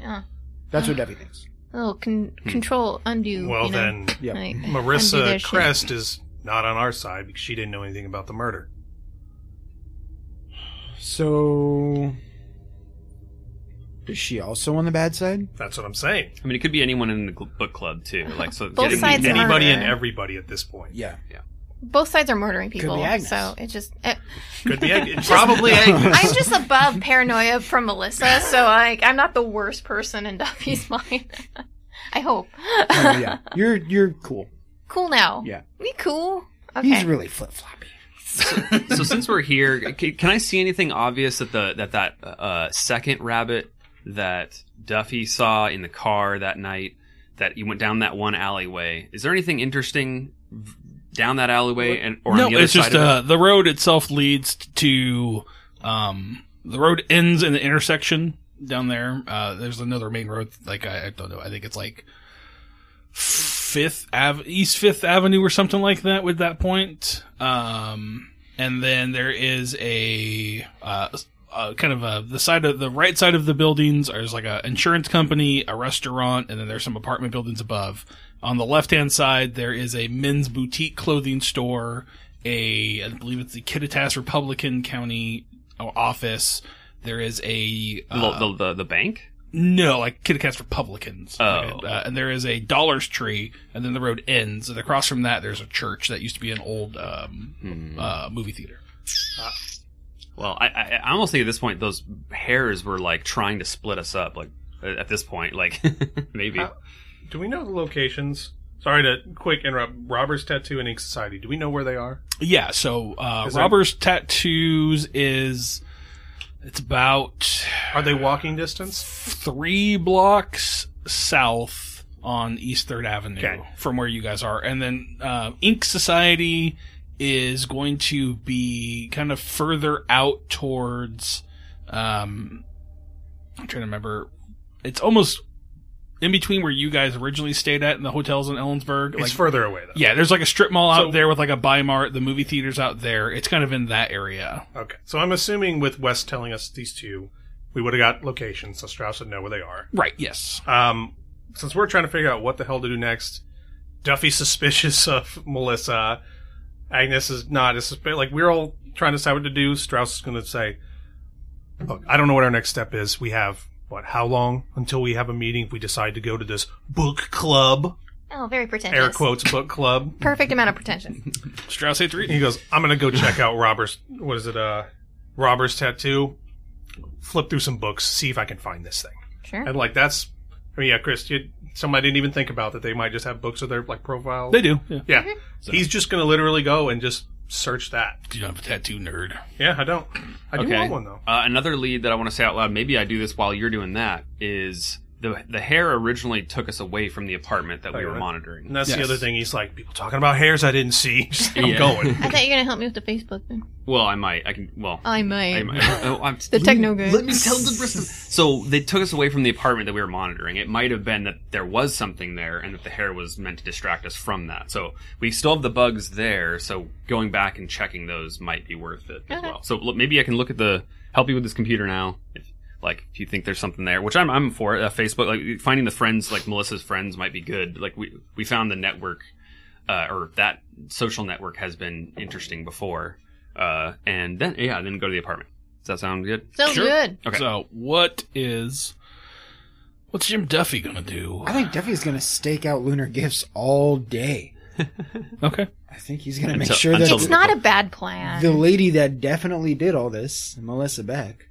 Yeah. That's what Duffy thinks. A little con- control undo. Hmm. Well, you know? then Yeah. Like, undo their Marissa shit. Crest is not on our side because she didn't know anything about the murder. So, is she also on the bad side? That's what I'm saying. I mean it could be anyone in the gl- book club too like so Both getting- sides getting- Anybody murder. and everybody at this point. Yeah. Both sides are murdering people. Agnes. So it just. It, Could be Agnes. Probably Agnes. I'm just above paranoia from Melissa, so like I'm not the worst person in Duffy's mind. I hope. Oh, yeah. You're you're cool. cool now. Yeah. We cool. Okay. He's really flip floppy. so since we're here, can, can I see anything obvious that the that that uh, second rabbit that Duffy saw in the car that night that you went down that one alleyway? Is there anything interesting v- down that alleyway and or no, on the other it's side just of it? uh, the road itself leads to um, the road ends in the intersection down there. Uh, there's another main road. Like I, I don't know. I think it's like Fifth Ave, East Fifth Avenue or something like that. With that point, um, and then there is a. Uh, uh, kind of a, the side of the right side of the buildings there's like a insurance company, a restaurant, and then there's some apartment buildings above. On the left hand side, there is a men's boutique clothing store, a I believe it's the Kittitas Republican County uh, office. There is a The- uh, the, the the bank? no like Kittitas Republicans, Oh. Like, uh, and there is a Dollar's Tree, and then the road ends, and across from that there's a church that used to be an old um, Hmm. uh, movie theater. Well, I, I I almost think at this point those hairs were like trying to split us up. Like at this point, like maybe. Uh, Do we know the locations? Sorry to quick interrupt. Robbers Tattoo and Ink Society. Do we know where they are? Yeah, so uh, Is there- Robbers Tattoos is it's about Are they walking distance? three blocks south on East Third Avenue Okay. from where you guys are, and then uh, Ink Society is going to be kind of further out towards. Um, I'm trying to remember. It's almost in between where you guys originally stayed at in the hotels in Ellensburg. It's like, further away though. yeah, there's like a strip mall So- out there with like a buy mart. The movie theaters out there. It's kind of in that area. Okay. So I'm assuming with Wes telling us these two, we would have got locations, so Strauss would know where they are. Right. Yes. Um, since we're trying to figure out what the hell to do next, Duffy's suspicious of Melissa. Agnes is not as suspicious. Like, we're all trying to decide what to do. Strauss is going to say, Look, I don't know what our next step is. We have, what, how long until we have a meeting if we decide to go to this book club? oh, very pretentious. Air quotes, book club. Perfect amount of pretension. Strauss hates reading. He goes, I'm going to go check out Robert's, what is it, uh, Robert's tattoo, flip through some books, see if I can find this thing. Sure. And like that's, I mean, yeah, Chris, you, something I didn't even think about that they might just have books of their like profile. They do. Yeah. yeah, he's just gonna literally go and just search that. You don't have a tattoo nerd. Yeah, I don't. I do Okay. want one though. Uh, another lead that I want to say out loud, maybe I do this while you're doing that, is the the hair originally took us away from the apartment that we Okay. were monitoring. And that's the Yes. other thing. He's like, people talking about hairs I didn't see. Just, I'm Yeah. going. I thought you were gonna help me with the Facebook thing. Well, I might. I can. Well, I might. I might. Oh, I'm, The techno guy. Let me tell the rest of. So they took us away from the apartment that we were monitoring. It might have been that there was something there, and that the hair was meant to distract us from that. So we still have the bugs there. So going back and checking those might be worth it as Okay. well. So look, maybe I can look at the help you with this computer now. If, like if you think there's something there, which I'm I'm for uh, Facebook. Like finding the friends, like Melissa's friends, might be good. Like we we found the network uh, or that social network has been interesting before. Uh, and then yeah, then go to the apartment. Does that sound good? Sounds Sure. good. Okay. So what is what's Jim Duffy gonna do? I think Duffy's gonna stake out lunar gifts all day. Okay. I think he's gonna make Until- sure that until It's not a bad plan. the lady that definitely did all this, Melissa Beck,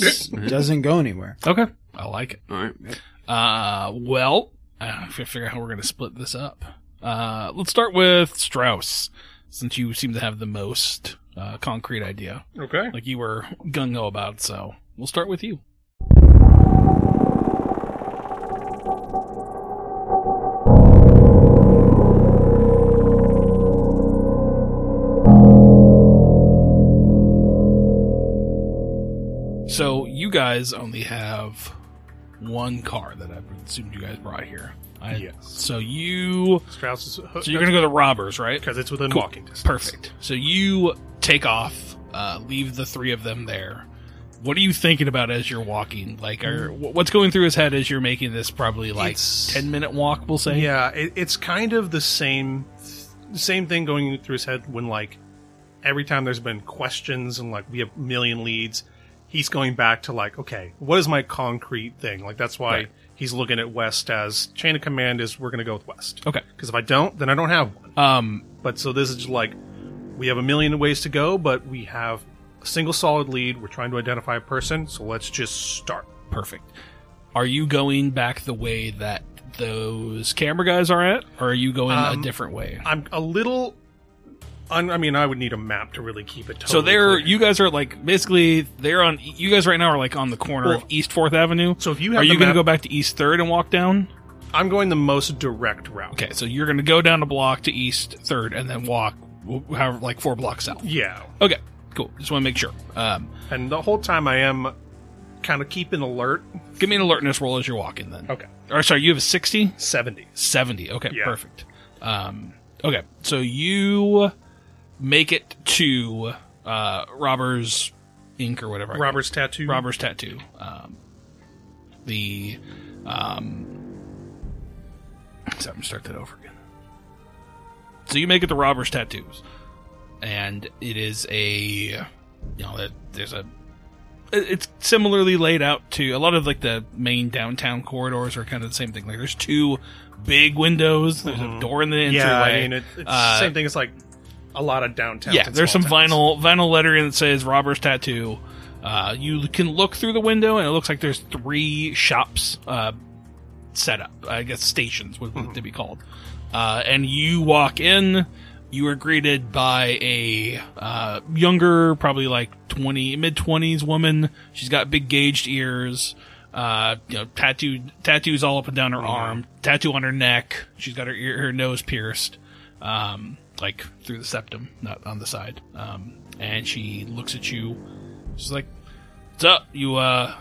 s- doesn't go anywhere. Okay. I like it. All right. Uh well, I have to figure out how we're gonna split this up. Uh let's start with Strauss, since you seem to have the most uh, concrete idea Okay. like you were gung ho about. So we'll start with you. So you guys only have one car that I assumed you guys brought here. I, Yes. So you Strauss is so you're gonna go to robbers, right? because it's within Cool. walking distance. Perfect. So you take off, uh, leave the three of them there. What are you thinking about as you're walking? Like, are wh- what's going through his head as you're making this probably like Mm. It's- ten minute walk? We'll say. Yeah, it, it's kind of the same same thing going through his head when like every time there's been questions and like we have a million leads, he's going back to like, okay, what is my concrete thing? Like that's why Right. he's looking at West as chain of command is we're gonna go with West. Okay. Because if I don't, then I don't have one. Um. But so this is just like we have a million ways to go, but we have a single solid lead. We're trying to identify a person, so let's just start. Perfect. Are you going back the way that those camera guys are at, or are you going Um, a different way? I'm a little. Un- I mean, I would need a map to really keep it. Totally so they're clear. you guys are like basically they're on you guys right now are like on the corner of Well, East Fourth Avenue. So if you have, Are you going going to go back to East Third and walk down? I'm going the most direct route. Okay, so you're going to go down a block to East Third and then walk, w- however, like four blocks south. Yeah, Okay, cool. Just want to make sure. Um, and the whole time I am kind of keeping alert. give me an alertness roll as you're walking then. Okay, Or sorry, you have a 60? seventy. 70. Okay, Yeah. perfect. Um, okay, so you make it to uh, Robber's Ink or whatever. I- Robert's tattoo. Robber's Tattoo. Um, the. Um, so I'm going to start that over again. So you make it the Robber's Tattoos. And it is a. you know that there's a it- it's similarly laid out to a lot of like the main downtown corridors are kind of the same thing like there's two big windows there's a door in the entryway Mm-hmm. Yeah, I mean, it, it's Uh, the same thing. It's like a lot of downtown. yeah there's some vinyl vinyl lettering that says robber's tattoo uh, you can look through the window and it looks like there's three shops uh, set up i guess stations would would be called uh, and you walk in you are greeted by a uh, younger probably like 20 mid-20s woman she's got big gauged ears uh, you know, tattooed tattoos all up and down her arm, tattoo on her neck. She's got her ear, her nose pierced, um, like through the septum, not on the side. Um, and she looks at you. She's like, "What's up? You uh,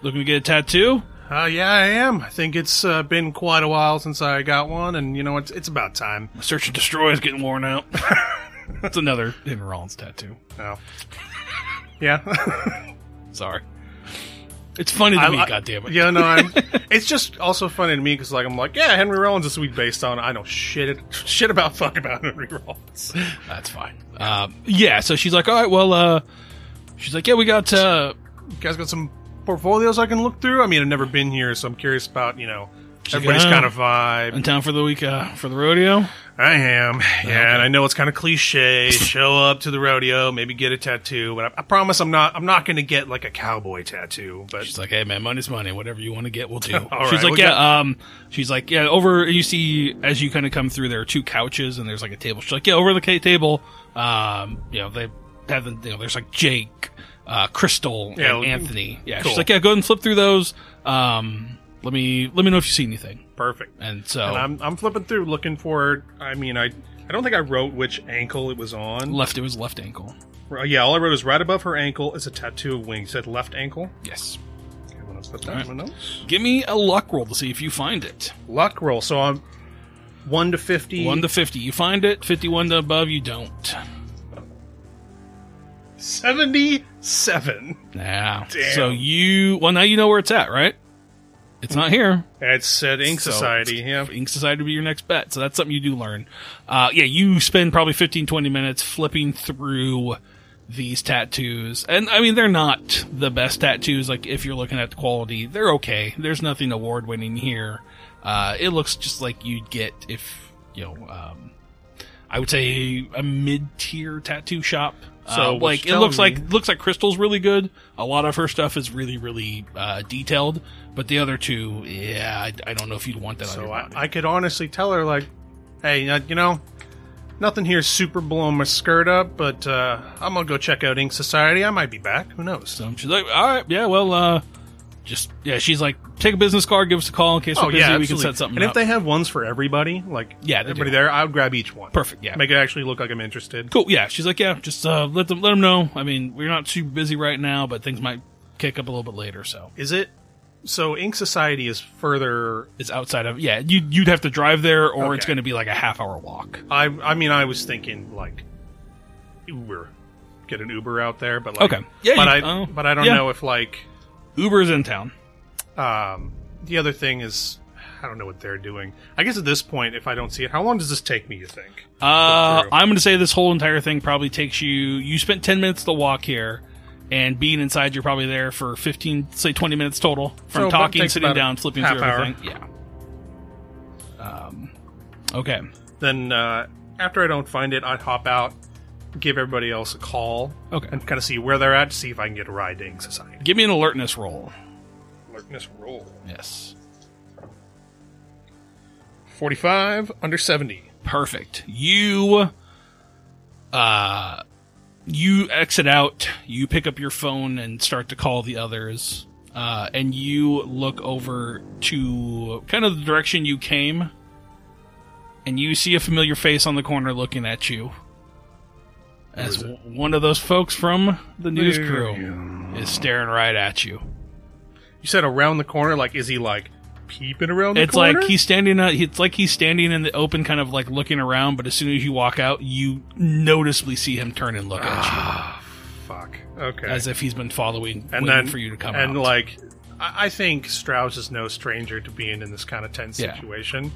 looking to get a tattoo?" Uh, yeah, I am. I think it's uh, been quite a while since I got one, and you know, it's it's about time. My search and destroy is getting worn out. That's another Henry Rollins tattoo. Oh. Yeah, Sorry. It's funny to I- me, I- goddammit. yeah, no, I'm, it's just also funny to me because like I'm like, yeah, Henry Rollins is who we based on. I know shit shit about fuck about Henry Rollins. That's fine. Um, yeah, so she's like, all right, well, uh, she's like, yeah, we got, uh, you guys got some portfolios I can look through? I mean, I've never been here, so I'm curious about, you know, everybody's out. kind of vibe. in town for the week, uh, for the rodeo. I am. Yeah, and I know it's kind of cliche. Show up to the rodeo, maybe get a tattoo, but I, I promise I'm not I'm not going to get like a cowboy tattoo, but She's like, hey man, money's money. Whatever you want to get, we'll do. she's right, like, we yeah. Um, she's like, yeah. Over, you see, as you kind of come through, there are two couches and there's like a table. She's like, yeah, over the ca- table. Um, you know, they have the, you know, there's like Jake, uh, Crystal, Yeah, and we- Anthony. Yeah. cool. She's like, yeah, go ahead and flip through those. Um, let me let me know if you see anything. perfect. And so And I'm I'm flipping through looking for I mean, I I don't think I wrote which ankle it was on. left, it was left ankle. Uh, yeah, all I wrote is right above her ankle is a tattoo of wings. It said left ankle. Yes. Okay, I'm going to put that All right. in my notes. Give me a luck roll to see if you find it. Luck roll. So I'm 1 to 50. One to fifty, you find it. Fifty-one to above, you don't. 77. Yeah. Damn. So you well now you know where it's at, right? It's not here. It's said Ink So, Society, yeah. Ink Society would be your next bet. So that's something you do learn. Uh, yeah, you spend probably 15, 20 minutes flipping through these tattoos. And I mean, they're not the best tattoos. Like, if you're looking at the quality, they're okay. There's nothing award winning here. Uh, it looks just like you'd get if, you know, um, I would say a mid tier tattoo shop. So, So what like you're it looks telling like me- looks like Crystal's really good. A lot of her stuff is really really uh, detailed, but the other two, yeah, I, I don't know if you'd want that. on So your I, body. I could honestly tell her, like, hey, you know- you know, Nothing here super blowing my skirt up, but uh, I'm gonna go check out Ink Society. I might be back. Who knows? So she's like, all right, yeah, well, uh, just yeah. She's like, take a business card, give us a call in case we're busy. we can Oh, absolutely. set something And up. if they have ones for everybody, like Yeah, they everybody do. there, I would grab each one. Perfect, yeah. Make it actually look like I'm interested. cool, yeah. She's like, yeah, just uh, let them let them know. I mean, we're not too busy right now, but things might kick up a little bit later, so Is it? So Ink Society is further. it's outside of yeah. You you'd have to drive there, or it's Okay. going to be like a half hour walk. I I mean, I was thinking like Uber, get an Uber out there, but like, Okay. Yeah, But you- I oh, but I don't yeah. know if like Uber's in town. um the other thing is I don't know what they're doing. I guess at this point, if I don't see it, how long does this take me? You think? Uh, True. I'm going to say this whole entire thing probably takes you. You spent 10 minutes to walk here, and being inside, you're probably there for 15, say 20 minutes total So, from but it talking, takes sitting about a down, flipping half through hour. everything. Yeah. Um, okay. Then uh, after I don't find it, I hop out, give everybody else a call, Okay. and kind of see where they're at to see if I can get a ride to Ink Society. Give me an alertness roll. Alertness roll. Yes. Forty-five under seventy. Perfect. You uh you exit out, you pick up your phone and start to call the others. Uh and you look over to kind of the direction you came and you see a familiar face on the corner looking at you. As w- one of those folks from the news crew is staring right at you. You said around the corner. Like, is he like peeping around the it's corner? like he's standing out it's like he's standing in the open kind of like looking around but as soon as you walk out you noticeably see him turn and look at fuck. Ah, Okay. you as if he's been following and waiting then for you to come and out. like I, I think Strauss is no stranger to being in this kind of tense Yeah. situation.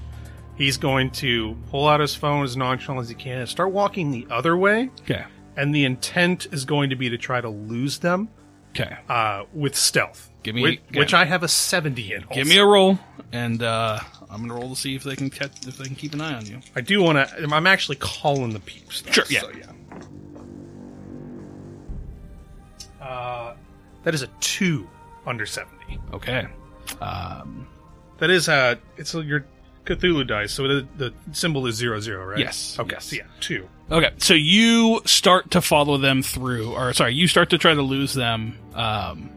He's going to pull out his phone as nonchalant as he can and start walking the other way. okay And the intent is going to be to try to lose them okay uh, with stealth. Give me- which, give- which I have a seventy in. Also. give me a roll and uh i'm gonna roll to see if they can catch if they can keep an eye on you I do want to. I'm actually calling the peeps. though, Sure, yeah. So, yeah. Uh, that is a two under seventy. okay um That is uh it's your Cthulhu dice, so the, the symbol is zero zero, right? Yes, Okay. yes. so yeah, two. Okay, so you start to follow them through, or sorry, you start to try to lose them. Um,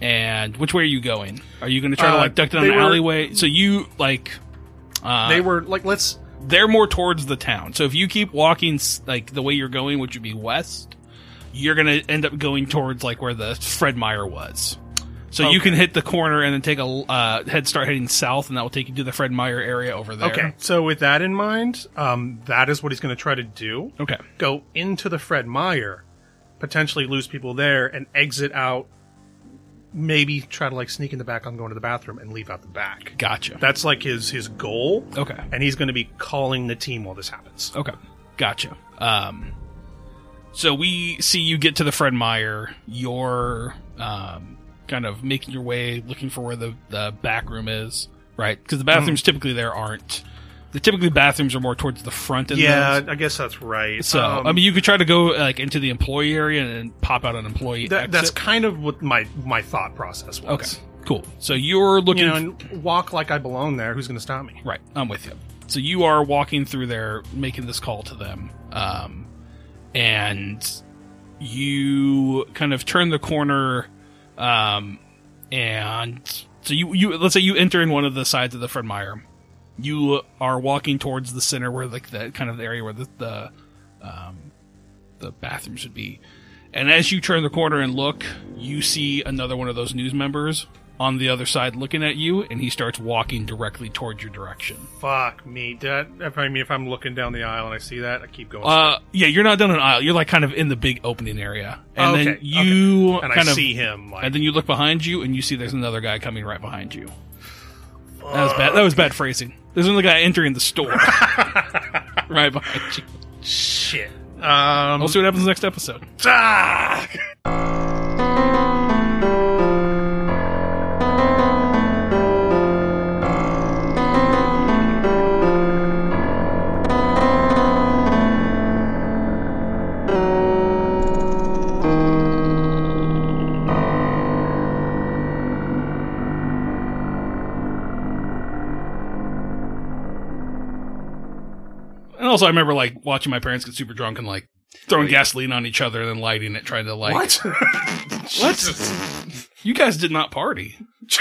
and which way are you going? Are you going to try to Uh, like duck down they an were- alleyway? So you like Uh, they were like, let's. they're more towards the town. So if you keep walking s- like the way you're going, which would be west, you're gonna end up going towards like where the Fred Meyer was. So you can hit the corner and then take a uh, head start heading south, and that will take you to the Fred Meyer area over there. Okay, so with that in mind, um, that is what he's going to try to do: Okay. go into the Fred Meyer, potentially lose people there, and exit out. Maybe try to like sneak in the back on going to the bathroom and leave out the back. Gotcha. That's like his his goal. Okay. and he's going to be calling the team while this happens. Okay, gotcha. Um, so we see you get to the Fred Meyer. You're um, kind of making your way, looking for where the, the back room is, right? Because the Mm. bathrooms typically there aren't. The typically bathrooms are more towards the front. End Yeah, those. I guess that's right. So Um, I mean, you could try to go like into the employee area and then pop out an employee. that, exit. that's kind of what my my thought process was. okay. Cool. So you're looking you know, and walk like I belong there. Who's going to stop me? Right, I'm with you. So you are walking through there, making this call to them, um, and you kind of turn the corner, um, and so you you let's say you enter in one of the sides of the Fred Meyer. You are walking towards the center where like the kind of the area where the the, um, the bathrooms would be, and as you turn the corner and look, you see another one of those news members on the other side looking at you, and he starts walking directly towards your direction. Fuck me. That, if I mean, if I'm looking down the aisle and I see that, I keep going. Uh, yeah, you're not down an aisle. You're like kind of in the big opening area, and Oh, Okay, then okay. you and kind I of see him. Like, and then you look behind you, and you see there's another guy coming right behind you. That was bad. That was bad phrasing. There's another guy entering the store right behind you. shit. Um, We'll see what happens next episode. ah! And also, also I remember like watching my parents get super drunk and like throwing gasoline on each other and then lighting it, trying to like what? you guys did not party.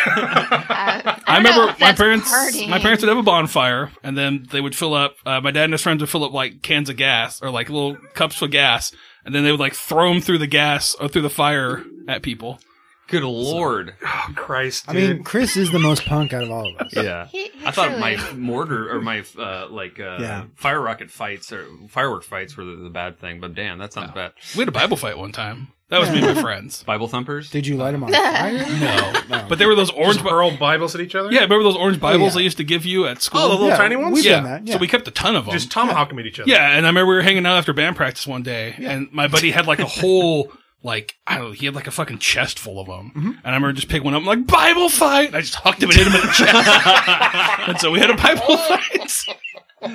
Uh, I, I, don't know remember if my that's parents partying. my parents would have a bonfire and then they would fill up uh, my dad and his friends would fill up like cans of gas or like little cups of gas and then they would like throw them through the gas or through the fire at people. Good lord. Oh, Christ, I dude. mean, Chris is the most punk out of all of us. Yeah. He- he I thought truly- my mortar or my uh, like uh, Yeah. fire rocket fights or firework fights were the, the bad thing, but damn, that sounds bad. We had a Bible fight one time. That was me and my friends. Bible thumpers. Did you light him on fire? No, No. but they were those orange. just Bi- hurl Bibles at each other. yeah, remember those orange Bibles yeah. they used to give you at school? Oh, the little Yeah, tiny ones. we've yeah. done that, yeah. So we kept a ton of them. just Oh, tomahawking at each other. Yeah, and I remember we were hanging out after band practice one day, and my buddy had like a whole like I don't know, he had like a fucking chest full of them, and I remember just picking one up, I'm like Bible fight. And I just hucked him and hit him in the chest, and so we had a Bible fight.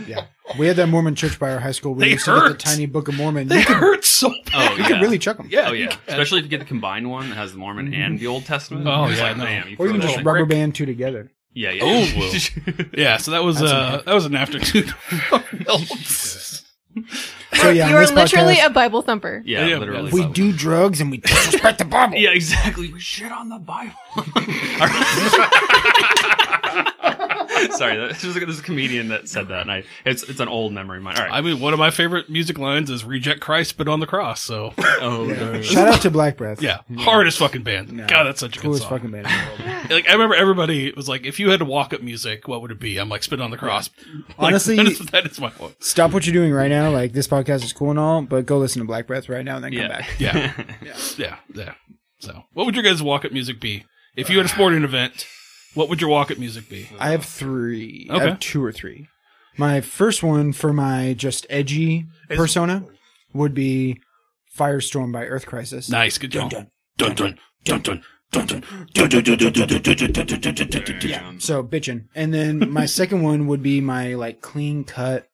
yeah. We had that Mormon church by our high school. We They used to get the hurt. tiny Book of Mormon. They you could, hurt so bad. Oh you yeah. could really chuck them. Yeah. Oh yeah. Especially if you get the combined one that has the Mormon and the Old Testament. Oh, It's yeah, Like, no. damn, you Or throw even that just thing- rubber band two together. Yeah. Yeah. Oh, whoa. Yeah, so that was That's uh, amazing. that was an afternoon. So yeah, you on are this literally podcast, a Bible thumper. yeah. Yeah, Literally. we Bible. do drugs and we disrespect the Bible. Yeah. Exactly. We shit on the Bible. Sorry, that- this is, this is a comedian that said that, and I it's it's an old memory of mine. All right. I mean, one of my favorite music lines is "Reject Christ, but on the cross." So oh, no. Shout out to Black Breath. yeah, hardest fucking band. No. God, that's such a good Coolest song. fucking band. in the world. Like I remember everybody was like, if you had to walk up music, what would it be? I'm like, spit on the cross. Like, Honestly- that is, that is my one. Stop what you're doing right now. Like this podcast is cool and all, but go listen to Black Breath right now and then Yeah. come back. Yeah, yeah, yeah. So, what would your guys' walk up music be if you had a sporting event? What would your walk up music be? I have three. I Okay. have two or three. My first one for my just edgy Is- persona would be Firestorm by Earth Crisis. Nice, good job. Dun dun dun dun dun dun dun dun dun dun dun dun dun dun dun dun dun dun. Yeah. So bitchin'. And then my second one would be my like clean cut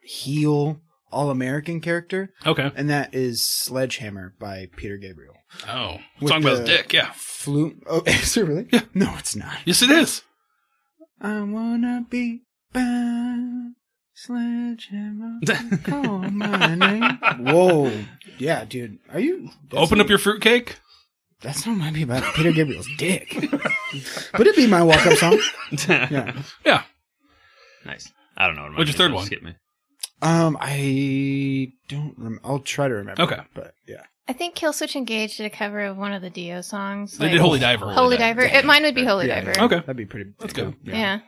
heel all American character, Okay. and that is Sledgehammer by Peter Gabriel. Oh, With song about the- his dick. Yeah. Flute. Oh, is it really? Yeah. No, it's not. Yes, it is. I wanna be by Sledgehammer. Call my name. Whoa. Yeah, dude. Are you? that's Open not- up your fruitcake. That song might be about Peter Gabriel's dick. but it'd be my walk up song. Yeah. Yeah. Nice. I don't know. What What's your mine third is, one? Skip me. Um, I don't rem- I'll try to remember. Okay. But yeah. I think Killswitch Engage did a cover of one of the Dio songs. They like- did Holy Diver. Holy Diver. It, mine would be Holy Yeah, Diver. yeah. Okay. That'd be pretty. Let's go. Yeah.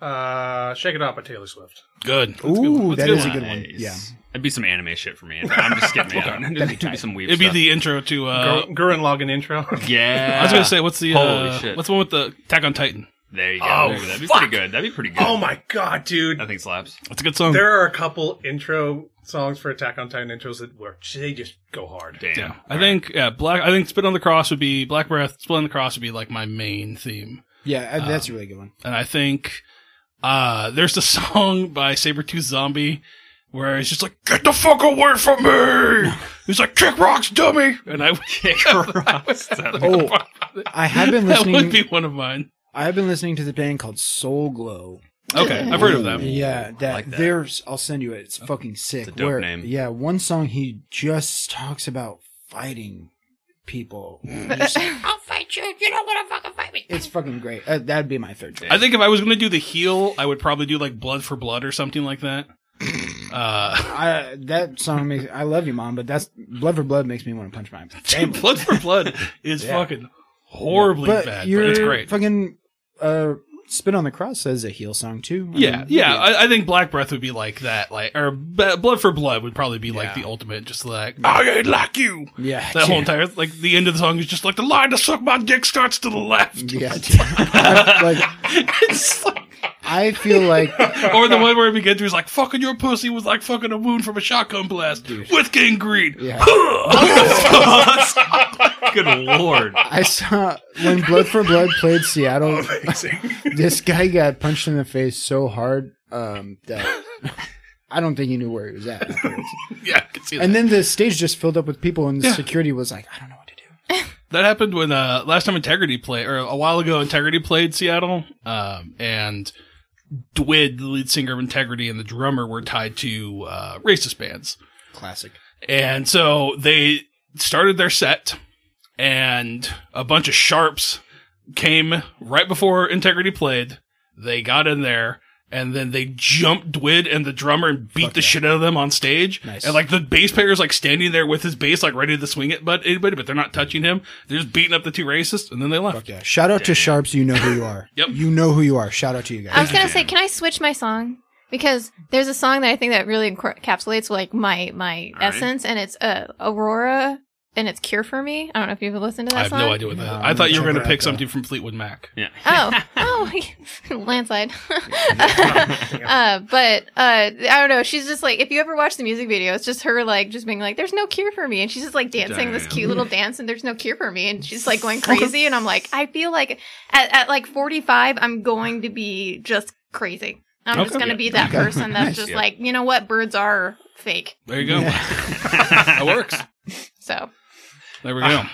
Uh, Shake It Off by Taylor Swift. Good. That's a good one. Ooh, that That's a good is one. a good one. Nice. Yeah. It'd be some anime shit for me. I'm just skipping it. out. It'd be some weird It'd be stuff. the intro to. uh Gur- Gurren Lagann intro. Yeah. I was gonna say, what's the Holy uh, shit. what's the one with the Attack on Titan? There you go. Oh, There you go. That'd be fuck. pretty good. That'd be pretty good. oh my god, dude! I think slaps. That's a good song. There are a couple intro songs for Attack on Titan intros that were they just go hard. Damn. Yeah, I think yeah, black. I think spit on the cross would be black breath. Spit on the cross would be like my main theme, Yeah, uh, Ah. that's a really good one. and I think uh there's a song by Sabretooth Zombie where it's just like get the fuck away from me. He's like kick rocks, dummy, and I would kick rocks. Oh, I have been that would listening. be one of mine. I have been listening to the band called Soul Glow. Okay, I've heard of them. Yeah, that, like that. there's. I'll send you it. It's fucking sick. a dope Where- name. Yeah, one song he just talks about fighting people. Just- I'll fight you. You don't want to fucking fight me. it's fucking great. Uh, that'd be my third choice. I think if I was gonna do the heel, I would probably do like blood for blood or something like that. Uh, I, that song makes I love you, mom, but that's blood for blood makes me want to punch my family. blood for blood is Yeah. fucking horribly but bad, your but it's great. Fucking uh, spin on the cross is a heel song too. I Yeah, mean, yeah. I, I think Black Breath would be like that, like or B- Blood for Blood would probably be like Yeah. the ultimate, just like I ain't like you. yeah. That whole entire like the end of the song is just like the line to suck my dick starts to the left, Yeah, dude. I, like, I feel like or the one where it begins to is like fucking your pussy was like fucking a wound from a shotgun blast with gangrene. yeah, Good lord. I saw when Blood for Blood played Seattle. this guy got punched in the face so hard um, that I don't think he knew where he was at. afterwards. Yeah, I can see that. And then the stage just filled up with people, and the Yeah. security was like, "I don't know what to do." That happened when uh last time Integrity played or a while ago Integrity played Seattle. Um and Dwid, the lead singer of Integrity, and the drummer were tied to uh, racist bands. Classic. And so they started their set, and a bunch of sharps came right before Integrity played. They got in there, and then they jumped Dwid and the drummer and beat Fuck the yeah. shit out of them on stage. Nice. And like the bass player's like standing there with his bass, like ready to swing it, but anybody, but they're not touching him. They're just beating up the two racists, and then they left. Fuck yeah. Shout out to Sharps. You know who you are. Yep. You know who you are. Shout out to you I guys. was gonna say, can I switch my song? Because there's a song that I think that really enc- encapsulates like my my All right. essence, and it's uh, Aurora, and it's Cure for Me. I don't know if you've listened to that I have song. no idea what that. No, is. I'm I thought gonna you were check going it to out, pick something though. from Fleetwood Mac. Yeah. Oh, oh, landslide. uh, but uh, I don't know. She's just like, if you ever watch the music video, it's just her like just being like, "There's no cure for me," and she's just like dancing this Damn. cute little dance, and there's no cure for me, and she's like going crazy, and I'm like, I feel like at, at like 45, I'm going to be just crazy. I'm just Okay. going to be that Okay. person that's Nice. just Yeah. like, you know what, birds are fake. There you go. Yeah. that works. So There we go.